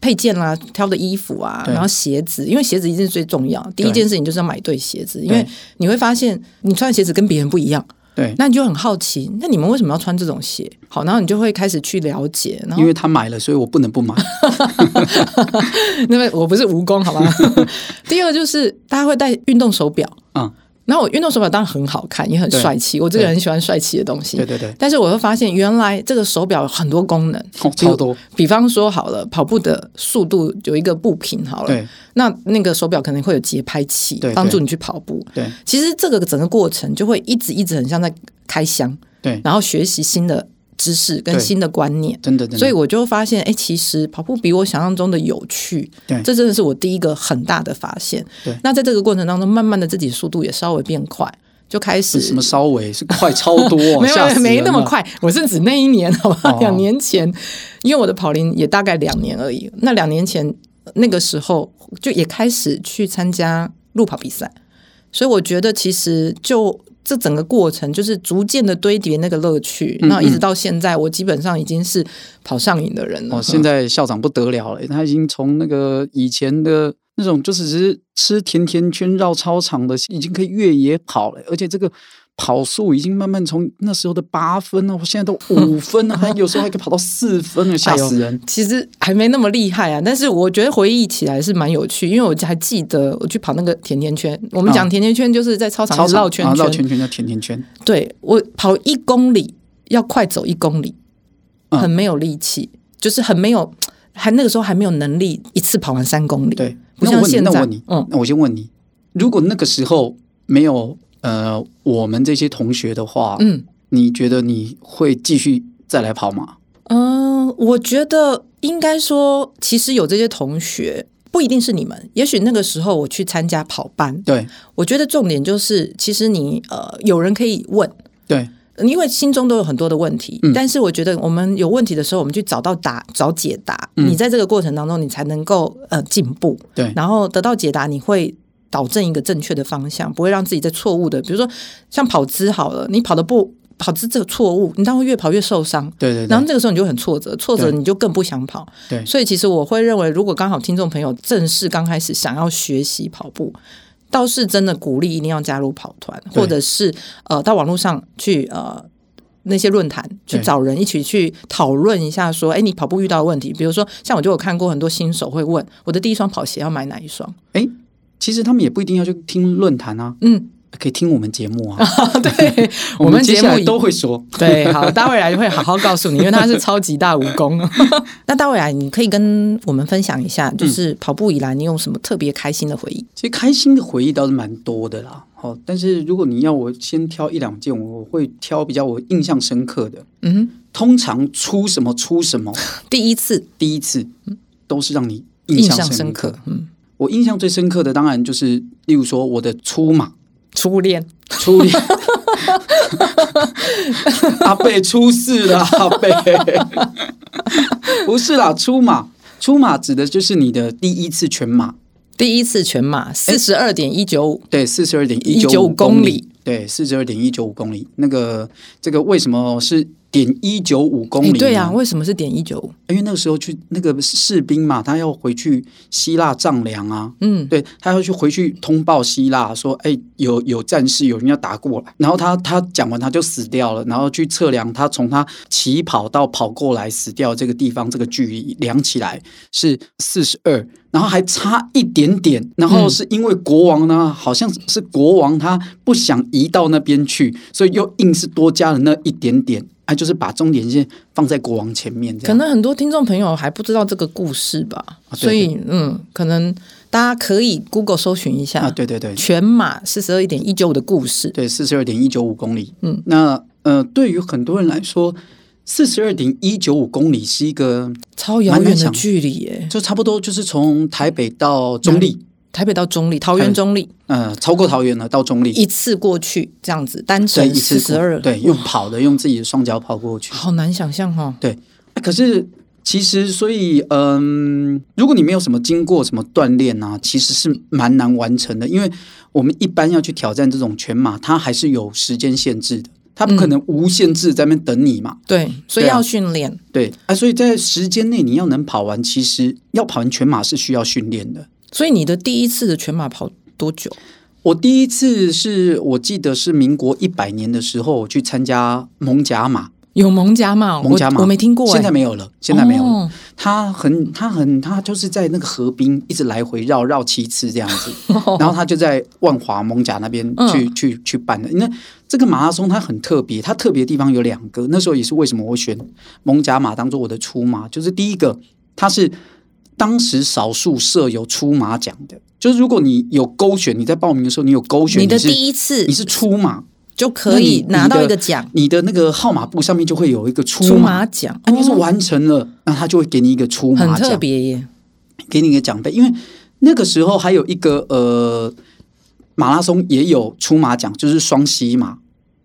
S2: 配件啦、挑的衣服啊，
S1: 对
S2: 然后鞋子，因为鞋子一定是最重要。第一
S1: 对
S2: 件事情就是要买对鞋子，因为你会发现你穿的鞋子跟别人不一样，
S1: 对，
S2: 那你就很好奇，那你们为什么要穿这种鞋？好，然后你就会开始去了解，然后
S1: 因为他买了，所以我不能不 买。
S2: 那么我不是蜈蚣，好吧？ 第二就是大家会戴运动手表，
S1: 嗯，
S2: 然后我运动手表当然很好看，也很
S1: 对
S2: 帅气，我这个人很喜欢帅气的东西。
S1: 对对对，
S2: 但是我会发现，原来这个手表有很多功能，
S1: 哦超多。
S2: 比方说好了，跑步的速度有一个步频好了，
S1: 对
S2: 那那个手表可能会有节拍器
S1: 对对
S2: 帮助你去跑步。
S1: 对
S2: 其实这个整个过程就会一直一直很像在开箱，
S1: 对，
S2: 然后学习新的知识跟
S1: 对
S2: 新的观念。
S1: 真的真的。
S2: 所以我就发现，哎、其实跑步比我想象中的有趣
S1: 对，
S2: 这真的是我第一个很大的发现
S1: 对。
S2: 那在这个过程当中，慢慢的自己速度也稍微变快，就开始
S1: 是什么稍微是快超多、啊
S2: 没
S1: 哦吓死
S2: 有没
S1: 人
S2: 那么
S1: 了。
S2: 快，我是指那一年，好吧
S1: 哦，
S2: 两、年前，因为我的跑龄也大概两年而已。那两年前那个时候就也开始去参加路跑比赛，所以我觉得其实就这整个过程就是逐渐的堆叠那个乐趣，
S1: 嗯
S2: 那一直到现在，我基本上已经是跑上瘾的人了。嗯
S1: 哦，现在校长不得了了，他已经从那个以前的那种，就只是吃甜甜圈绕操场的，已经可以越野跑了，而且这个。跑速已经慢慢从那时候的八分了，我现在都五分 了，还有时候还可以跑到四分了，吓死人！
S2: 其实还没那么厉害啊，但是我觉得回忆起来是蛮有趣，因为我还记得我去跑那个甜甜圈。我们讲
S1: 啊
S2: 甜甜圈就是在操场
S1: 操
S2: 一直
S1: 场
S2: 绕圈
S1: 啊
S2: 圈，
S1: 绕圈圈叫甜甜圈，
S2: 对我跑一公里要快走一公里，
S1: 嗯
S2: 很没有力气，就是很没有，还那个时候还没有能力一次跑完三公里。
S1: 对，
S2: 不
S1: 那
S2: 像
S1: 我问你，
S2: 现
S1: 那我
S2: 在
S1: 问你，，
S2: 嗯，
S1: 那我先问你，如果那个时候没有呃我们这些同学的话，
S2: 嗯，
S1: 你觉得你会继续再来跑吗？
S2: 嗯、我觉得应该说，其实有这些同学。不一定是你们，也许那个时候我去参加跑班，
S1: 对
S2: 我觉得重点就是，其实你呃，有人可以问，
S1: 对
S2: 因为心中都有很多的问题，但是我觉得我们有问题的时候，我们去找到答、找解答，你在这个过程当中，你才能够呃进步，
S1: 对
S2: 然后得到解答，你会。导正一个正确的方向，不会让自己在错误的，比如说像跑姿好了，你跑的不跑姿这个错误，你当然会越跑越受伤，
S1: 对对
S2: 然后
S1: 对
S2: 这个时候你就很挫折，挫折
S1: 对
S2: 你就更不想跑。
S1: 对
S2: 所以其实我会认为，如果刚好听众朋友正式刚开始想要学习跑步，倒是真的鼓励一定要加入跑团，
S1: 对
S2: 或者是呃到网络上去呃。那些论坛去
S1: 对
S2: 找人一起去讨论一下，说，哎，你跑步遇到的问题，比如说像我就有看过很多新手会问，我的第一双跑鞋要买哪一双？
S1: 哎，其实他们也不一定要去听论坛啊，
S2: 嗯，
S1: 可以听我们节目啊，
S2: 对，
S1: 我
S2: 们
S1: 接
S2: 节
S1: 下
S2: 目
S1: 来
S2: 以
S1: 都会说。
S2: 对，好，大未来会好好告诉你，因为他是超级大武功。 那大未来，你可以跟我们分享一下，就是跑步以来你有什么特别开心的回忆？
S1: 其实开心的回忆倒是蛮多的啦，哦，但是如果你要我先挑一两件，我会挑比较我印象深刻的。
S2: 嗯
S1: 通常出什么出什 么，
S2: 哼，第一次
S1: 第一次都是让你印
S2: 嗯印
S1: 象
S2: 象
S1: 深
S2: 深
S1: 刻
S2: 刻。，嗯，
S1: 我印象最深刻的当然就是，例如说我的出马、
S2: 初恋，
S1: 初 恋，阿贝出事了，阿 贝，不是啦，出马，出马指的就是你的第一次全马，
S2: 第一次全马四十二点一九五，
S1: 对，四十二点一九
S2: 195
S1: 五
S2: 公
S1: 公
S2: 里
S1: 里，对，四十二点一九五公里。那个这个为什么是点一九五公里
S2: 哎，
S1: 呢？
S2: 对啊，为什么是点一九五？
S1: 因为那个时候去那个士兵嘛，他要回去希腊丈量啊，
S2: 嗯，
S1: 对他要去回去通报希腊说，哎，有有战事，有人要打过来。然后他他讲完他就死掉了，然后去测量他从他起跑到跑过来死掉这个地方这个距离量起来是四十二，然后还差一点点。然后是因为国王呢，好像是国王他不想移到那边去，所以又硬是多加了那一点点。哎，就是把终点线放在国王前面，这
S2: 可
S1: 样
S2: 能很多听众朋友还不知道这个故事吧，
S1: 对
S2: 所以嗯，可能大家可以 Google 搜寻一下、
S1: 啊，对对对，
S2: 全马四十二点一九五的故事。
S1: 对，四十二点一九五公里。
S2: 嗯，
S1: 那呃，对于很多人来说，四十二点一九五公里是一个，
S2: 超遥远
S1: 蛮难
S2: 的
S1: 想
S2: 距离耶！
S1: 就差不多就是从台北到中立，
S2: 台北到中立，桃园
S1: 台北
S2: 中立，
S1: 呃，超过桃园了，到中立，
S2: 嗯一次过去这样子，单
S1: 对，
S2: 程
S1: 一次
S2: 四十
S1: 过
S2: 二，
S1: 对，用跑的，用自己的双脚跑过去。
S2: 好难想象哈、哦。
S1: 对，啊可是其实，所以，嗯，如果你没有什么经过什么锻炼啊，其实是蛮难完成的。因为我们一般要去挑战这种全马，它还是有时间限制的，它
S2: 嗯
S1: 不可能无限制在那边等你嘛。
S2: 对，所以
S1: 对啊
S2: 要训练。
S1: 对啊，所以在时间内你要能跑完，其实要跑完全马是需要训练的。
S2: 所以你的第一次的全马跑多久？
S1: 我第一次是我记得是民国一百年的时候，我去参加蒙甲马，
S2: 有蒙甲马哦，
S1: 蒙甲马
S2: 我我没听过、欸，
S1: 现在没有了，现在没有了。
S2: 哦
S1: 他很，他很，他就是在那个河滨一直来回绕绕七次这样子，
S2: 哦
S1: 然后他就在万华蒙甲那边
S2: 嗯
S1: 去、去去办的。那这个马拉松它很特别，它特别的地方有两个，那时候也是为什么我选蒙甲马当做我的出马，就是第一个，它是当时少数设有出马奖的，就是如果你有勾选，你在报名的时候你有勾选，
S2: 你的
S1: 是
S2: 第一次
S1: 你是出马，
S2: 就可以
S1: 那你
S2: 拿到一个
S1: 你的
S2: 奖，
S1: 你的那个号码簿上面就会有一个
S2: 出
S1: 出马。
S2: 马奖，
S1: 啊，你是
S2: 哦
S1: 完成了，那他就会给你一个出
S2: 很
S1: 马奖
S2: 特，别耶。
S1: 给你一个奖杯，因为那个时候还有一个呃，马拉松也有出马奖，就是双溪马、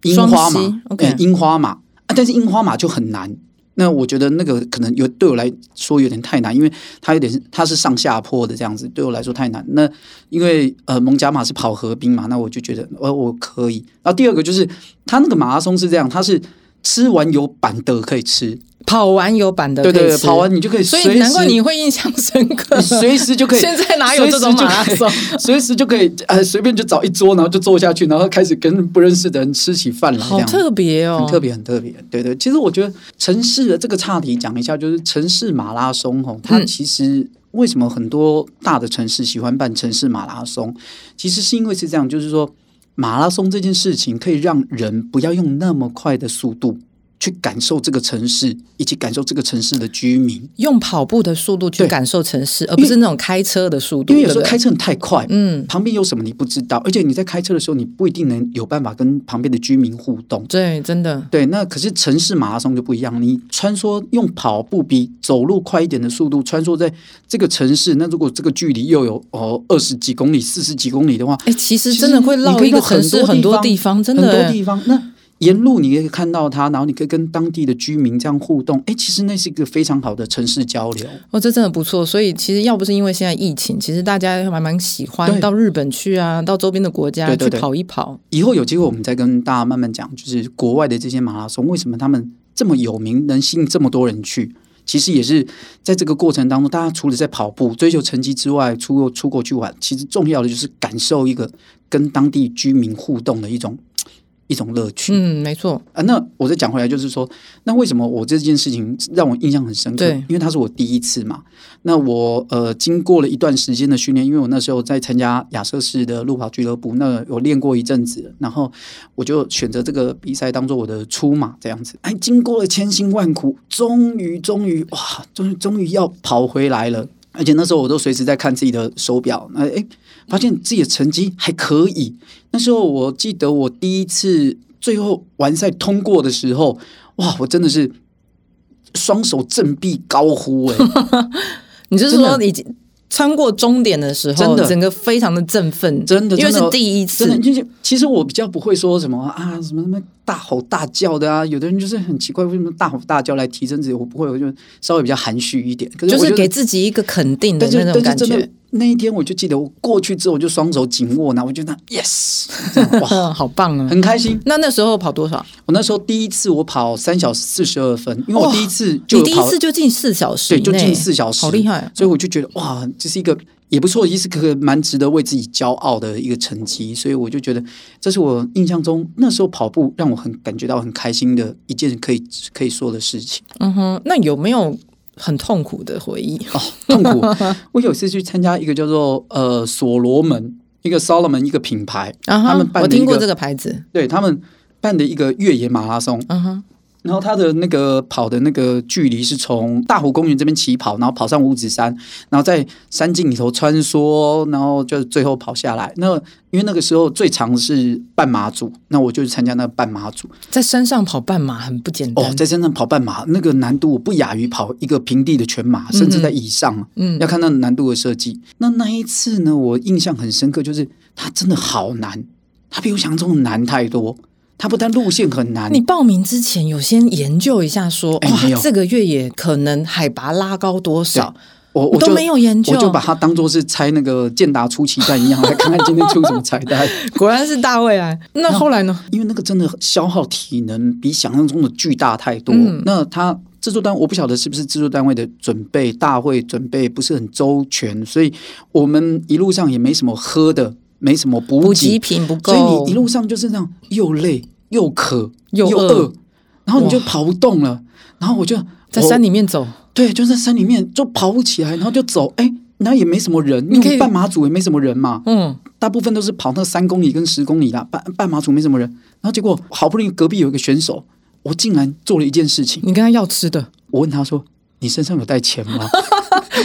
S1: 樱花
S2: 双溪
S1: 马、
S2: ，OK
S1: 呃樱花马啊，但是樱花马就很难。那我觉得那个可能有对我来说有点太难，因为它有点是它是上下坡的这样子，对我来说太难。那因为呃蒙甲马是跑河滨嘛，那我就觉得呃我可以。然后第二个就是它那个马拉松是这样，它是吃完有板的可以吃，
S2: 跑完有版的，
S1: 对对对，跑。完你就可以
S2: 所
S1: 随时，
S2: 以难怪你会印象深刻，
S1: 你 随时就可以，
S2: 现在哪有这种马拉松？
S1: 随时就可以，随时就可以呃，随便就找一桌，然后就坐下去，然后开始跟不认识的人吃起饭来，这
S2: 好
S1: 样
S2: 特别哦，
S1: 很特别，很特别。对对，其实我觉得城市的这个岔题讲一下，就是城市马拉松哦，它
S2: 嗯
S1: 其实为什么很多大的城市喜欢办城市马拉松，其实是因为是这样，就是说马拉松这件事情可以让人不要用那么快的速度。去感受这个城市，以及感受这个城市的居民，
S2: 用跑步的速度去
S1: 对
S2: 感受城市，而不是那种开车的速度。
S1: 因为有时候
S2: 对不对
S1: 开车很太快，
S2: 嗯，
S1: 旁边有什么你不知道，而且你在开车的时候，你不一定能有办法跟旁边的居民互动。
S2: 对，真的，
S1: 对，那可是城市马拉松就不一样，你穿梭用跑步比走路快一点的速度穿梭在这个城市，那如果这个距离又有哦二十几公里、四十几公里的话，
S2: 哎，其实
S1: 其实
S2: 真的会
S1: 你
S2: 绕
S1: 可以
S2: 一个
S1: 到
S2: 城
S1: 很
S2: 市
S1: 多
S2: 很
S1: 地
S2: 多
S1: 方
S2: 地方，真
S1: 很多
S2: 的耶欸哎
S1: 地方那。沿路你可以看到它，然后你可以跟当地的居民这样互动，哎，其实那是一个非常好的城市交流。
S2: 哦，这真的不错。所以其实要不是因为现在疫情，其实大家还蛮喜欢
S1: 对
S2: 到日本去啊，到周边的国家
S1: 对对
S2: 去
S1: 对
S2: 跑一跑。
S1: 以后有机会我们再跟大家慢慢讲，就是国外的这些马拉松为什么他们这么有名，能吸引这么多人去。其实也是在这个过程当中，大家除了在跑步追求成绩之外，出国出国去玩，其实重要的就是感受一个跟当地居民互动的一种一种乐趣、
S2: 嗯，没错，
S1: 啊。那我再讲回来，就是说，那为什么我这件事情让我印象很深刻
S2: 对？
S1: 因为它是我第一次嘛。那我呃，经过了一段时间的训练，因为我那时候在参加亚瑟士的路跑俱乐部，那有练过一阵子，然后我就选择这个比赛当做我的出马这样子。哎，经过了千辛万苦，终于终于哇，终于终于要跑回来了。而且那时候我都随时在看自己的手表，那哎，发现自己的成绩还可以。那时候我记得我第一次最后完赛通过的时候，哇，我真的是双手振臂高呼哎、
S2: 你就是
S1: 真的
S2: 说已经穿过终点的时候
S1: 真，的
S2: 整个非常的振奋，
S1: 真的
S2: 因为
S1: 真
S2: 是
S1: 的
S2: 第一
S1: 真的
S2: 次。
S1: 就是，其实我比较不会说什么啊，什么什么大吼大叫的啊。有的人就是很奇怪，为什么大吼大叫来提升自己？我不会，我就稍微比较含蓄一点。可是
S2: 就
S1: 我
S2: 是
S1: 觉
S2: 给
S1: 得，
S2: 自己一个肯定的
S1: 但是
S2: 那种
S1: 但
S2: 感
S1: 是真
S2: 觉
S1: 的，那一天，我就记得我过去之后，我就双手紧握，然后我就那 yes，这样哇，
S2: 嗯，好棒啊！
S1: 很开心。
S2: 那那时候跑多少？
S1: 我那时候第一次我跑三小时四十二分，因为我
S2: 哇
S1: 第一次就
S2: 你
S1: 有
S2: 第一
S1: 跑
S2: 次就进四小时以
S1: 对，
S2: 内，
S1: 就近四小时，
S2: 好厉害！
S1: 所以我就觉得哇，这是一个也不错，也是个蛮值得为自己骄傲的一个成绩。所以我就觉得，这是我印象中那时候跑步让我很感觉到很开心的一件可以可以说的事情。
S2: 嗯哼，那有没有很痛苦的回忆？
S1: 哦，痛 苦！我有一次去参加一个叫做呃所罗门一个 Solomon 一个品牌，
S2: 啊
S1: 他
S2: 哈
S1: 们，办
S2: 我
S1: 的一
S2: 听过
S1: 个
S2: 这个牌子。
S1: 对他们办的一个越野马拉松，
S2: 嗯哼，
S1: 然后他的那个跑的那个距离是从大湖公园这边起跑，然后跑上五指山，然后在山径里头穿梭，然后就最后跑下来。那因为那个时候最长是半马组，那我就参加那个半马组。
S2: 在山上跑半马很不简单。
S1: 哦，在山上跑半马，那个难度不亚于跑一个平地的全马，甚至在以上啊。
S2: 嗯
S1: 要看那难度的设计。那那一次呢，我印象很深刻，就是它真的好难，它比我想象中的难太多。它不但路线很难
S2: 你，报名之前有先研究一下说，
S1: 哎没有
S2: 哇，这个越野可能海拔拉高多少？
S1: 我
S2: 你
S1: 我
S2: 都
S1: 就
S2: 没有研究
S1: 我就把它当做是猜那个健达出奇蛋一样，来看看今天出什么彩 蛋。
S2: 果然是大卫啊！那后来呢？
S1: 因为那个真的消耗体能比想象中的巨大太多。
S2: 嗯
S1: 那他制作单我不晓得是不是制作单位的准备大会准备不是很周全，所以我们一路上也没什么喝的，没什么补
S2: 补
S1: 给
S2: 给，品不
S1: 所
S2: 够，
S1: 以你一路上就是那样又累又渴
S2: 又
S1: 饿，
S2: 饿
S1: 然后你就跑不动了。然后我就
S2: 在
S1: 我
S2: 山里面走，
S1: 对，就在山里面就跑不起来，然后就走，哎，那也没什么人，
S2: 你
S1: 因
S2: 可以
S1: 为半马组也没什么人嘛，
S2: 嗯，
S1: 大部分都是跑那三公里跟十公里啦，半半马组没什么人。然后结果好不容易隔壁有一个选手，我竟然做了一件事情，
S2: 你跟他要 吃的，
S1: 我问他说：“你身上有带钱 吗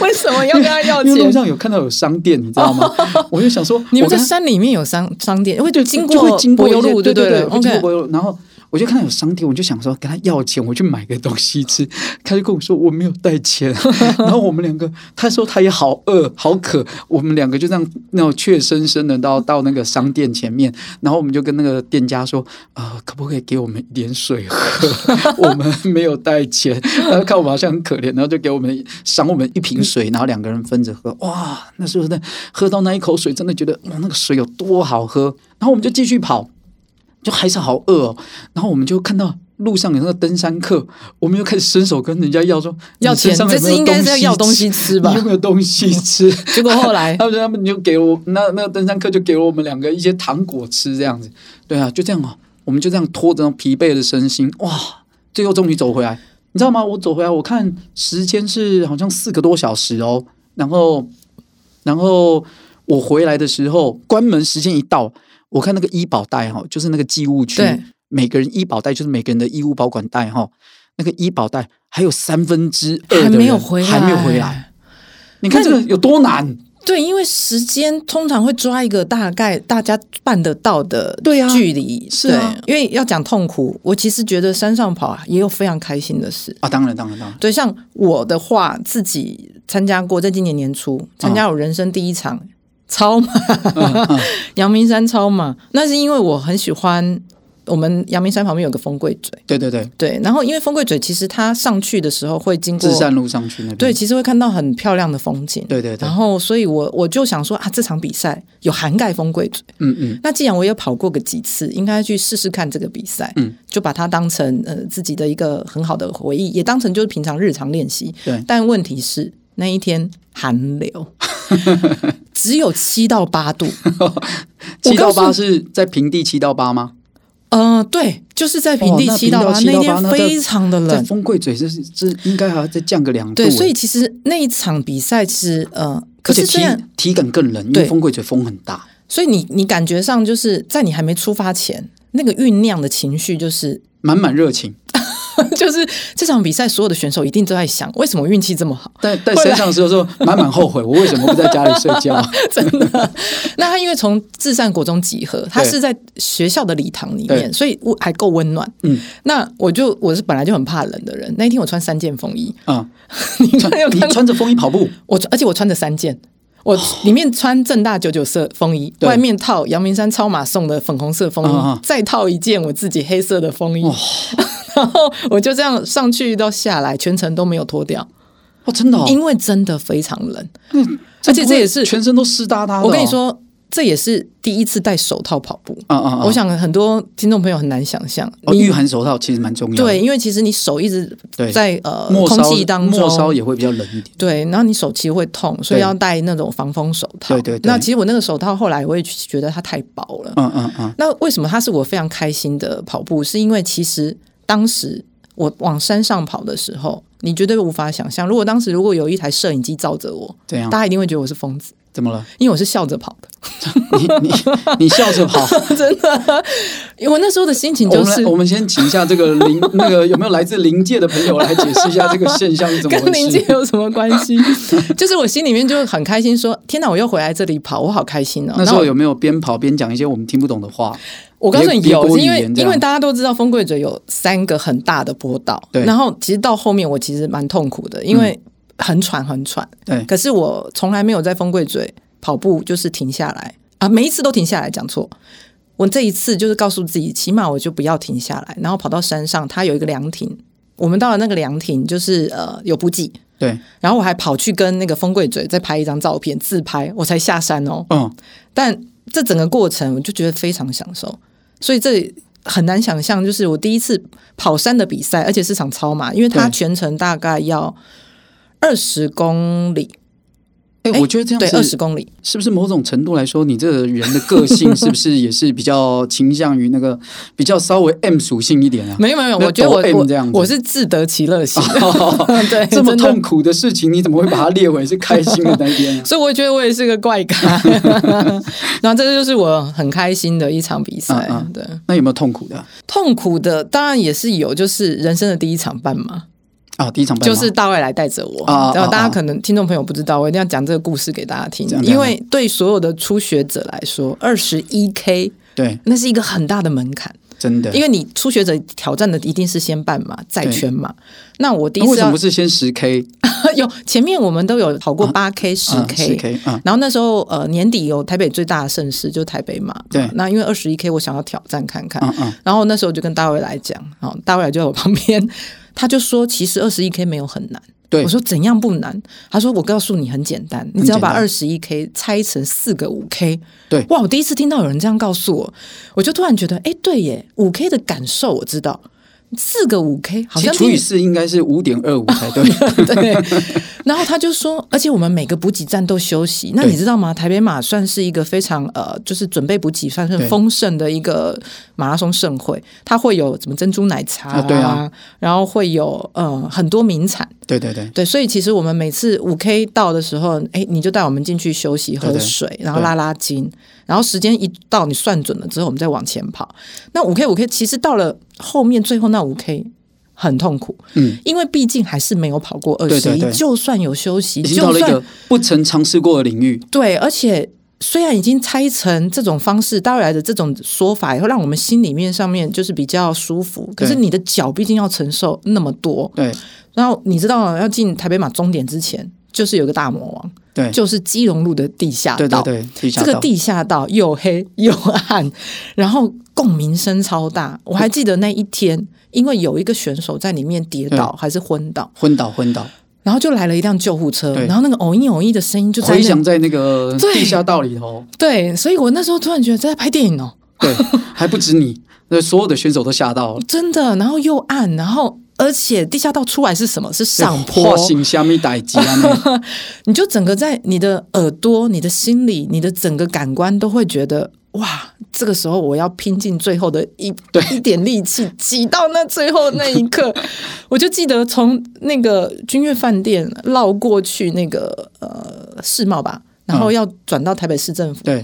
S2: 为什么要跟他？”要
S1: 因为路
S2: 哦钱？
S1: 上有看到有商店，你知道吗？我就想说，
S2: 你们
S1: 我
S2: 在
S1: 跟他
S2: 山里面有商商店，会
S1: 对
S2: 经
S1: 就
S2: 过
S1: 会经过
S2: 柏油
S1: 一些
S2: 路，
S1: 对
S2: 对
S1: 对，会经过
S2: ，OK，
S1: 柏油路，然后。我就看到有商店，我就想说跟他要钱，我去买个东西吃。他就跟我说我没有带钱，然后我们两个，他说他也好饿好渴，我们两个就这样那种怯生生的到到那个商店前面，然后我们就跟那个店家说，呃，可不可以给我们一点水喝？ 我们没有带钱。他就看我们好像很可怜，然后就给我们赏我们一瓶水，然后两个人分着喝。哇，那时候那喝到那一口水，真的觉得哇，那个水有多好喝。然后我们就继续跑。就还是好饿哦。然后我们就看到路上有那个登山客，我们就开始伸手跟人家要说
S2: 要
S1: 你身
S2: 钱，
S1: 上
S2: 这
S1: 有没
S2: 次
S1: 有
S2: 应该是要要东西吃
S1: 吃
S2: 吧
S1: 你有？没有东西吃？
S2: 结果后 来
S1: 他们他们就给我那那个登山客就给了我们两个一些糖果吃，这样子。对啊，就这样哦，我们就这样拖着疲惫的身心，哇，最后终于走回来，你知道吗？我走回来，我看时间是好像四个多小时哦，然后然后我回来的时候，关门时间一到，我看那个医保袋哈、哦，就是那个寄物区
S2: 对，
S1: 每个人医保袋就是每个人的医务保管袋哈、哦，那个医保袋还有三分之二的
S2: 还没有
S1: 人
S2: 回来，
S1: 还没有回来。。你看
S2: 那
S1: 这个有多难？
S2: 对，因为时间通常会抓一个大概大家办得到的
S1: 对啊
S2: 距离，
S1: 是啊
S2: 对因为要讲痛苦，我其实觉得山上跑啊也有非常开心的事。
S1: 啊，当然，当然，当然，
S2: 对，像我的话，自己参加过，在今年年初参加我人生第一场超马，
S1: 嗯
S2: 阳、明山超马。那是因为我很喜欢我们阳明山旁边有个风柜嘴，
S1: 对对对，
S2: 对，然后因为风柜嘴其实它上去的时候会经过
S1: 至善路上去那边，
S2: 对，其实会看到很漂亮的风景。
S1: 嗯对对对
S2: 然后，所以我我就想说啊，这场比赛有涵盖风柜嘴。
S1: 嗯嗯，
S2: 那既然我也跑过个几次，应该去试试看这个比赛。
S1: 嗯，
S2: 就把它当成呃自己的一个很好的回忆，也当成就是平常日常练习。
S1: 对
S2: 但问题是那一天 寒流只有七到八度。
S1: 七到
S2: 我告
S1: 八
S2: 诉
S1: 是在平地七到八吗？
S2: 嗯、对，就是在平地
S1: 哦那
S2: 七到八、
S1: 平地
S2: 那
S1: 7到8
S2: 天
S1: 那在
S2: 非常的
S1: 在
S2: 冷。
S1: 风柜嘴这是这应该还要再降个两度欸，
S2: 嗯对，所以其实那一场比赛，其实呃，
S1: 而
S2: 可
S1: 且
S2: 是虽
S1: 体
S2: 然
S1: 体感更冷，因
S2: 对
S1: 为风柜嘴风很大，
S2: 所以你你感觉上就是在你还没出发前，那个酝酿的情绪就是
S1: 满满热情，
S2: 就是这场比赛所有的选手一定都在想，为什么我运气这么好？
S1: 但但身上的时候说满满后悔，我为什么不在家里睡 觉？
S2: 真的。那他因为从至善国中集合，他
S1: 对
S2: 是在学校的礼堂里面，
S1: 对
S2: 所以我还够温暖。
S1: 嗯
S2: 那我就我是本来就很怕冷的人，那一天我穿三件风衣，
S1: 啊，
S2: 你看有
S1: 穿你
S2: 看过？
S1: 穿着风衣跑步，
S2: 我穿而且我穿着三件。 我里面穿正大九九色风衣，
S1: 对
S2: 外面套阳明山超马送的粉红色风衣，
S1: 啊啊
S2: 再套一件我自己黑色的风衣，
S1: 哇
S2: 然后我就这样上去到下来，全程都没有脱掉，
S1: 哇，真的哦，嗯
S2: 因为真的非常冷。
S1: 这
S2: 而且
S1: 不
S2: 这
S1: 会
S2: 也是
S1: 全身都湿哒哒的。哦
S2: 我跟你，说，这也是第一次戴手套跑步。
S1: 啊啊，啊
S2: 我想很多听众朋友很难想象，
S1: 哦
S2: 你
S1: 御寒手套其实蛮重要的，
S2: 对，因为其实你手一直
S1: 对
S2: 在呃
S1: 末
S2: 空
S1: 梢
S2: 气当中，
S1: 末梢也会比较冷一点。
S2: 对，然后你手其实会痛，所以
S1: 对
S2: 要戴那种防风手套。
S1: 对对对
S2: 那其实我那个手套后来我也觉得它太薄了。
S1: 嗯嗯嗯，
S2: 那为什么它是我非常开心的跑步？是因为其实当时我往山上跑的时候，你绝对无法想象，如果当时如果有一台摄影机照着我，
S1: 怎样
S2: 大？家一定会觉得我是疯子，
S1: 啊怎么了？
S2: 因为我是笑着跑的，
S1: 你你你笑着 跑。
S2: 真的。因为我那时候的心情
S1: 哦我
S2: 就
S1: 们来
S2: 是
S1: 我们先请一下这个 临那个有没有来自临界的朋友来解释一下这个现象是怎么
S2: 跟
S1: 回
S2: 林姐
S1: 事？
S2: 有什么关系？ 就是我心里面就很开心说天哪，我又回来这里跑，我好开心哦。
S1: 那时
S2: 然后
S1: 候有没有边跑边讲一些我们听不懂的话？
S2: 我告诉你
S1: 别别
S2: 有，
S1: 国
S2: 是因
S1: 语
S2: 为
S1: 言这
S2: 因
S1: 样
S2: 为大家都知道风柜嘴有三个很大的坡道，
S1: 对嗯
S2: 然后其实到后面我其实蛮痛苦的，因为很喘很喘。
S1: 对，
S2: 可是我从来没有在风柜嘴跑步就是停下来啊，每一次都停下来，讲错。我这一次就是告诉自己，起码我就不要停下来，然后跑到山上，它有一个凉亭，我们到了那个凉亭，就是呃有补给，
S1: 对，
S2: 然后我还跑去跟那个风柜嘴再拍一张照片自拍，我才下山哦。
S1: 嗯，
S2: 但这整个过程我就觉得非常享受，所以这很难想象，就是我第一次跑山的比赛，而且是场超马，因为它
S1: 对
S2: 全程大概要二十公里，
S1: 哎、
S2: 哎
S1: 我觉得这
S2: 对，
S1: 样
S2: 二
S1: 是
S2: 十公里，
S1: 是不是某种程度来说，你这个人的个性是不是也是比较倾向于那个比较稍微 M 属性一点啊？
S2: 没有没 有，
S1: 那
S2: 我觉得
S1: 抖
S2: 我
S1: M
S2: 我
S1: 这样子
S2: 我是自得其 乐型， 对，
S1: 这么
S2: 真的？
S1: 痛苦的事情，你怎么会把它列为是开心的那一边、啊
S2: 所以我觉得我也是个怪 咖，然后这就是我很开心的一场比赛。
S1: 嗯嗯
S2: 对，
S1: 那有没有痛苦的啊？
S2: 痛苦的当然也是有，就是人生的第一场半马，
S1: 啊第一场半
S2: 就
S1: 马
S2: 是大卫来带着我。
S1: 啊
S2: 然
S1: 啊
S2: 后大家
S1: 啊
S2: 可能听众朋友不知道，我一定要讲这个故事给大家听
S1: 讲，
S2: 因为对所有的初学者来说，二十一 K
S1: 对，
S2: 那是一个很大的门槛，
S1: 真的。
S2: 因为你初学者挑战的一定是先半马再
S1: 对
S2: 全马。那我第
S1: 那
S2: 一
S1: 为什
S2: 次
S1: 么
S2: 要
S1: 不是先十 K、
S2: 有前面我们都有跑过八 K、十
S1: 啊
S2: K
S1: 十 K 啊？
S2: 然后那时候呃年底有台北最大的盛事就是台北马，
S1: 对
S2: 那因为二十一 K 我想要挑战看看，
S1: 嗯嗯，
S2: 然后那时候我就跟大卫来讲，好，大卫来就在我旁边，他就说其实二十一 K 没有很难。
S1: 对
S2: 我说怎样不难？他说我告诉你很简单，你只要把二十一 K 拆成四个五 K。
S1: 对
S2: 哇，我第一次听到有人这样告诉我，我就突然觉得，哎，对耶，五 K 的感受我知道，四个五 K 好
S1: 其实
S2: 像
S1: 除
S2: 听
S1: 以四应该是五点二五才 对。
S2: 对，然后他就说，而且我们每个补给站都休息。那
S1: 对
S2: 你知道吗？台北马算是一个非常呃，就是准备补给算是很
S1: 对
S2: 丰盛的一个马拉松盛会，它会有什么珍珠奶茶、
S1: 啊对啊，
S2: 然后会有呃很多名产，
S1: 对对对，
S2: 对，所以其实我们每次五 K 到的时候，哎，你就带我们进去休息、喝
S1: 对对
S2: 水，然后拉拉筋，然后时间一到，你算准了之后，我们再往前跑。那五 K 五 K 其实到了后面最后那五 K 很痛苦，
S1: 嗯，
S2: 因为毕竟还是没有跑过二
S1: 对
S2: 十
S1: 对
S2: 一，
S1: 对
S2: 就算有休息，
S1: 已经到
S2: 就
S1: 了一
S2: 算
S1: 个不曾尝试过的领域。
S2: 对，而且虽然已经拆成这种方式，大卫来的这种说法，也会让我们心里面上面就是比较舒服。可是
S1: 对
S2: 你的脚毕竟要承受那么多，
S1: 对
S2: 然后你知道要进台北马终点之前，就是有个大魔王，
S1: 对
S2: 就是基隆路的地下道。
S1: 对对对，地下
S2: 这个
S1: 道
S2: 地下道又黑又暗，然后共鸣声超大。我还记得那一天，因为有一个选手在里面跌倒还是昏倒，
S1: 昏倒昏倒，
S2: 然后就来了一辆救护车，
S1: 对
S2: 然后那个偶一偶一的声音就在
S1: 回
S2: 那
S1: 想，在那个
S2: 对
S1: 地下道里头，
S2: 对，所以我那时候突然觉得这在拍电影哦，
S1: 对，还不止你，那所有的选手都吓到了。
S2: 真的，然后又暗，然后而且地下道出来是什么？是上坡
S1: 化，形虾米代机啊！ 那
S2: 你就整个在你的耳朵、你的心里、你的整个感官都会觉得。哇，这个时候我要拼尽最后的一
S1: 对
S2: 一点力气，挤到那最后那一 刻，我就记得从那个君悦饭店绕过去那个呃世贸吧，然后
S1: 嗯
S2: 要转到台北市政府，
S1: 对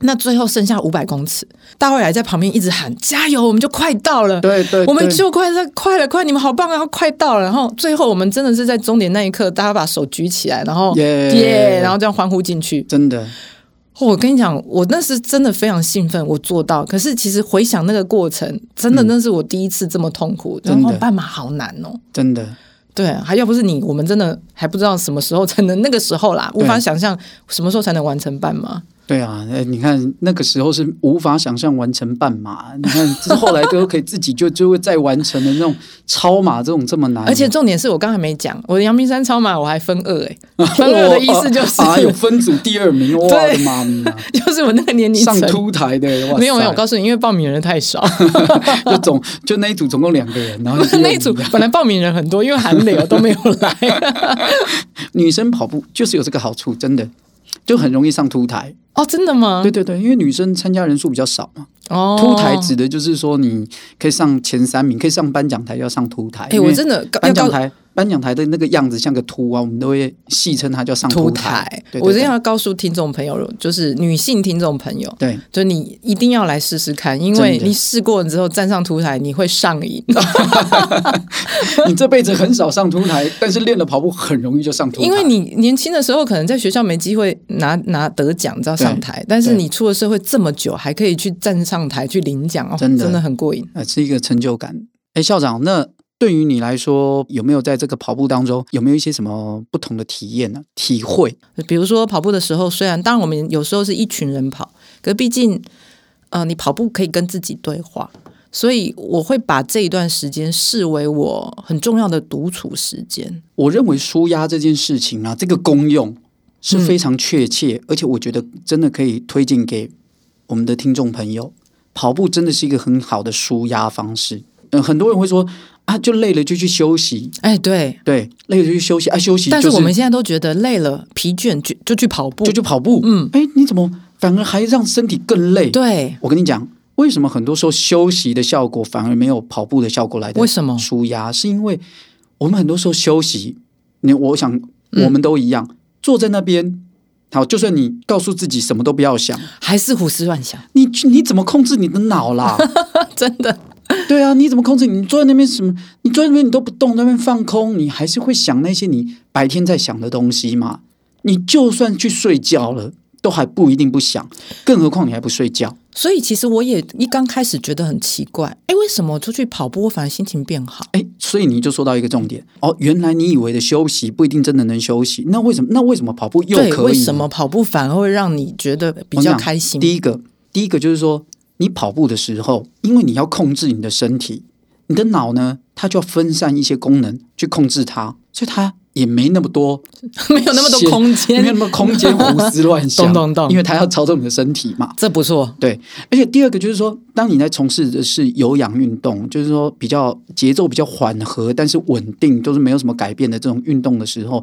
S2: 那最后剩下五百公尺，大卫来在旁边一直喊加油，我们就快到了，
S1: 对对，
S2: 我们
S1: 对
S2: 就快了，快了，快！你们好棒啊，快到了。然后最后我们真的是在终点那一刻，大家把手举起来，然后
S1: 耶
S2: 耶，然后这样欢呼进去。
S1: 真的
S2: 哦我跟你讲，我那是真的非常兴奋，我做到。可是其实回想那个过程，真的那是我第一次这么痛苦。
S1: 嗯真的
S2: 然后半马好难哦。
S1: 真的
S2: 对，还要不是你，我们真的还不知道什么时候才能那个时候啦，无
S1: 对
S2: 法想象什么时候才能完成半马。
S1: 对啊！哎，你看那个时候是无法想象完成半马，你看这后来都可以自己就就会再完成的那种超马，这种这么难，
S2: 而且重点是我刚才没讲，我的阳明山超马我还分 二哎、
S1: 哦
S2: 分二的意思就是、
S1: 啊，有分组第二名，我的妈咪啊！
S2: 就是我那个年龄层
S1: 上啊凸台的，哇塞
S2: 没有没有，我告诉你，因为报名人太少，
S1: 就总就那一组总共两个人，然后你第二
S2: 那一 组本来报名人很多，因为韩流都没有来。
S1: 女生跑步就是有这个好处，真的就很容易上凸台。
S2: 哦，真的吗
S1: 对？对对，因为女生参加人数比较少嘛，
S2: 哦，
S1: 凸台指的就是说你可以上前三名，可以上颁奖台，要上凸台。
S2: 哎，我真的
S1: 颁
S2: 要
S1: 奖
S2: 告
S1: 台颁奖台的那个样子像个凸啊，我们都会戏称它叫上
S2: 凸
S1: 台。
S2: 台，
S1: 对对
S2: 我真
S1: 对
S2: 的要告诉听众朋友，就是女性听众朋友。
S1: 对，
S2: 就你一定要来试试看，因为
S1: 真的
S2: 你试过了之后站上凸台，你会上瘾，
S1: 你这辈子很少上凸台，但是练了跑步很容易就上凸台。
S2: 因为你年轻的时候可能在学校没机会拿拿得奖，知道上台，但是
S1: 对
S2: 你出了社会这么久，还可以去站上台去领奖，哦，
S1: 真的
S2: 真的很过瘾。
S1: 呃，是一个成就感。哎，校长，那对于你来说，有没有在这个跑步当中，有没有一些什么不同的体验呢、体会？
S2: 比如说跑步的时候，虽然当然我们有时候是一群人跑，可毕竟呃，你跑步可以跟自己对话，所以我会把这一段时间视为我很重要的独处时间。
S1: 我认为舒压这件事情啊，这个功用
S2: 嗯
S1: 是非常确切，而且我觉得真的可以推荐给我们的听众朋友。跑步真的是一个很好的舒压方式。嗯，很多人会说啊，就累了就去休息，
S2: 哎，对。
S1: 对，累了就去休息啊，休息、就
S2: 但
S1: 是
S2: 是我们现在都觉得累了、疲倦就就去跑步，
S1: 就去跑步。
S2: 嗯，
S1: 哎，你怎么反而还让身体更累？
S2: 对，
S1: 我跟你讲，为什么很多时候休息的效果反而没有跑步的效果来的？
S2: 为什么
S1: 舒压是因为我们很多时候休息，你我想
S2: 嗯
S1: 我们都一样，坐在那边。好，就算你告诉自己什么都不要想，
S2: 还是胡思 乱想，
S1: 你你怎么控制你的脑 啦？
S2: 真的。
S1: 对啊，你怎么控制？你坐在那边什么？你坐在那边你都不动，在那边放空，你还是会想那些你白天在想的东西嘛？你就算去睡觉了，都还不一定不想，更何况你还不睡觉。
S2: 所以其实我也一刚开始觉得很奇怪，哎，为什么我出去跑步，我反而心情变好？
S1: 哎，所以你就说到一个重点哦，原来你以为的休息不一定真的能休息，那为什么？那为什么跑步又
S2: 对，
S1: 可以？
S2: 为什么？跑步反而会让你觉得比较开心？
S1: 第一个，第一个就是说，你跑步的时候，因为你要控制你的身体，你的脑呢，它就要分散一些功能去控制它，所以它也没那么 多
S2: 没有那么多空
S1: 没有
S2: 间
S1: 那，么空间胡思乱想，
S2: 懂懂懂
S1: 因为它要操纵你的身体嘛。
S2: 这不错。
S1: 对，而且第二个就是说，当你在从事的是有氧运动，就是说比较节奏比较缓和，但是稳定，都是没有什么改变的这种运动的时候，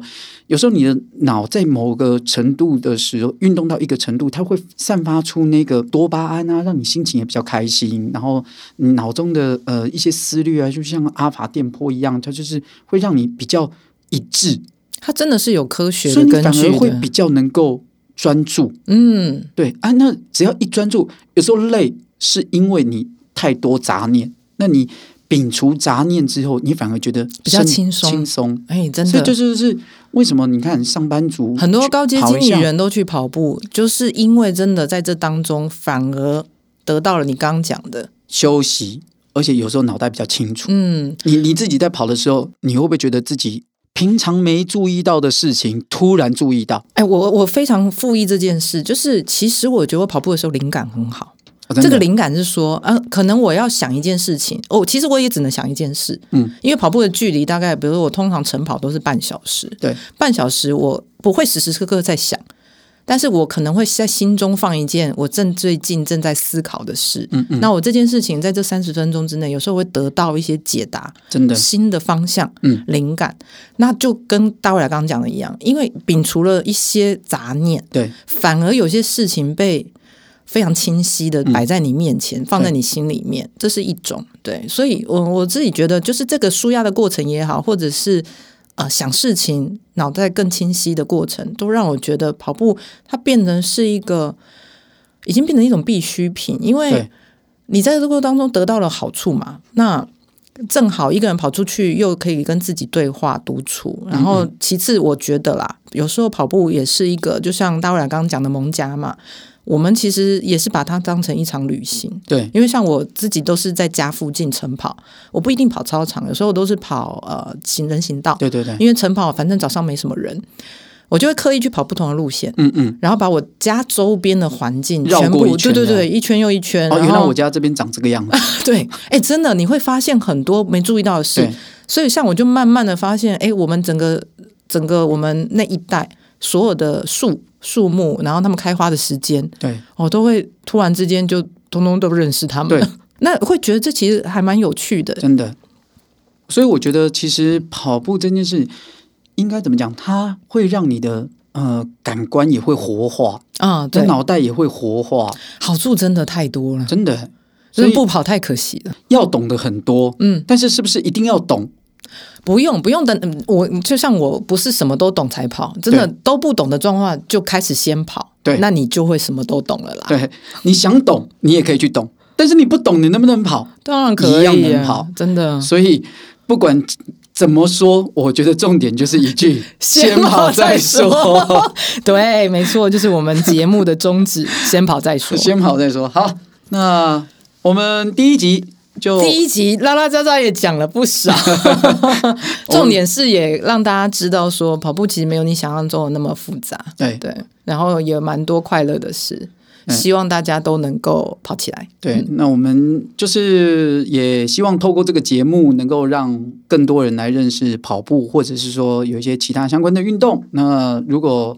S1: 有时候你的脑在某个程度的时候，运动到一个程度，它会散发出那个多巴胺啊，让你心情也比较开心，然后你脑中的呃一些思虑啊，就像阿法电波一样，它就是会让你比较一致，
S2: 它真的是有科学
S1: 所以
S2: 的
S1: 你
S2: 根
S1: 反
S2: 据
S1: 而会
S2: 的
S1: 比，较能够专注。
S2: 嗯，
S1: 对啊，那只要一专注，有时候累是因为你太多杂念，那你摒除杂念之后，你反而觉得
S2: 比较
S1: 身
S2: 轻松
S1: 轻松。
S2: 哎，真
S1: 所以，
S2: 的
S1: 这就是为什么你看上班族
S2: 很多高阶
S1: 跑
S2: 经
S1: 一
S2: 理
S1: 下
S2: 人都去跑步，就是因为真的在这当中反而得到了你刚刚讲的，
S1: 休息，而且有时候脑袋比较清楚。
S2: 嗯，
S1: 你你自己在跑的时候，你会不会觉得自己平常没注意到的事情，突然注意到？
S2: 哎，我我非常附议这件事，就是其实我觉得我跑步的时候灵感很好。
S1: 啊真
S2: 这个
S1: 的
S2: 灵感是说，啊，可能我要想一件事情，哦，其实我也只能想一件事，
S1: 嗯，
S2: 因为跑步的距离大概，比如说我通常晨跑都是半小时，
S1: 对，
S2: 半小时我不会时时刻刻在想，但是我可能会在心中放一件我正最近正在思考的事，
S1: 嗯嗯，
S2: 那我这件事情在这三十分钟之内，有时候会得到一些解答，
S1: 真的
S2: 新的方向，
S1: 嗯，
S2: 灵感，那就跟大卫来刚刚讲的一样，因为摒除了一些杂念，
S1: 对，
S2: 反而有些事情被非常清晰的摆在你面前，放在你心里面，这是一种对。所以我我自己觉得，就是这个舒压的过程也好，或者是呃想事情脑袋更清晰的过程，都让我觉得跑步它变成是一个已经变成一种必需品，因为
S1: 对
S2: 你在这个当中得到了好处嘛，那。正好一个人跑出去，又可以跟自己对话独处。
S1: 嗯
S2: 然后，其次我觉得啦，有时候跑步也是一个，就像大卫刚刚讲的蒙家嘛，我们其实也是把它当成一场旅行。
S1: 对，
S2: 因为像我自己都是在家附近晨跑，我不一定跑操场，有时候我都是跑呃行人行道，
S1: 对对对，
S2: 因为晨跑反正早上没什么人，我就会刻意去跑不同的路线，
S1: 嗯嗯。
S2: 然后把我家周边的环境
S1: 绕
S2: 全
S1: 过
S2: 部
S1: 一圈
S2: 对对
S1: 这
S2: 对一圈又一圈，
S1: 哦，
S2: 然
S1: 原来
S2: 后
S1: 我家这边长这个样子，
S2: 对，哎，真的你会发现很多没注意到的事
S1: 对，
S2: 所以像我就慢慢的发现，哎，我们整个整个我们那一带所有的树树木，然后它们开花的时间，
S1: 对
S2: 我都会突然之间就通通都认识他们。
S1: 对，
S2: 那会觉得这其实还蛮有趣的。
S1: 真的。所以我觉得，其实跑步这件事应该怎么讲？它会让你的呃感官也会活化，
S2: 啊，对
S1: 这，脑袋也会活化，
S2: 好处真的太多了，
S1: 真的。
S2: 就
S1: 所
S2: 是
S1: 以
S2: 不跑太可惜了。
S1: 要懂得很多，
S2: 嗯，
S1: 但是是不是一定要懂？
S2: 不用不用等，嗯我就像我不是什么都懂才跑，真的都不懂的状况就开始先跑，
S1: 对
S2: 那你就会什么都懂了啦。
S1: 对，你想懂，你也可以去懂，但是你不懂，你能不能跑？
S2: 当然可以、啊，
S1: 一样能跑，
S2: 真的。
S1: 所以不管怎么说，我觉得重点就是一句：
S2: 先跑再说
S1: 说，
S2: 对，没错，就是我们节目的宗 旨，先跑再说。
S1: 先跑再说。好，那我们第一集就
S2: 第一集拉拉杂杂也讲了 不少，重点是也让大家知道
S1: 哎
S2: 说，跑步其实没有你想象中的那么复杂，
S1: 对。
S2: 对，然后也蛮多快乐的事。
S1: 嗯
S2: 希望大家都能够跑起来。
S1: 对，那我们就是也希望透过这个节目，能够让更多人来认识跑步，或者是说有一些其他相关的运动。那如果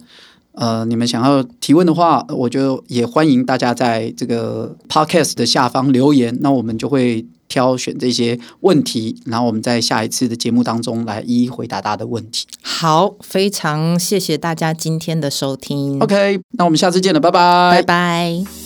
S1: 呃你们想要提问的话，我觉得也欢迎大家在这个 podcast 的下方留言，那我们就会挑选这些问题，然后我们在下一次的节目当中来一一回答大家的问题。
S2: 好，非常谢谢大家今天的收听
S1: OK，那我们下次见了，拜拜，
S2: 拜拜。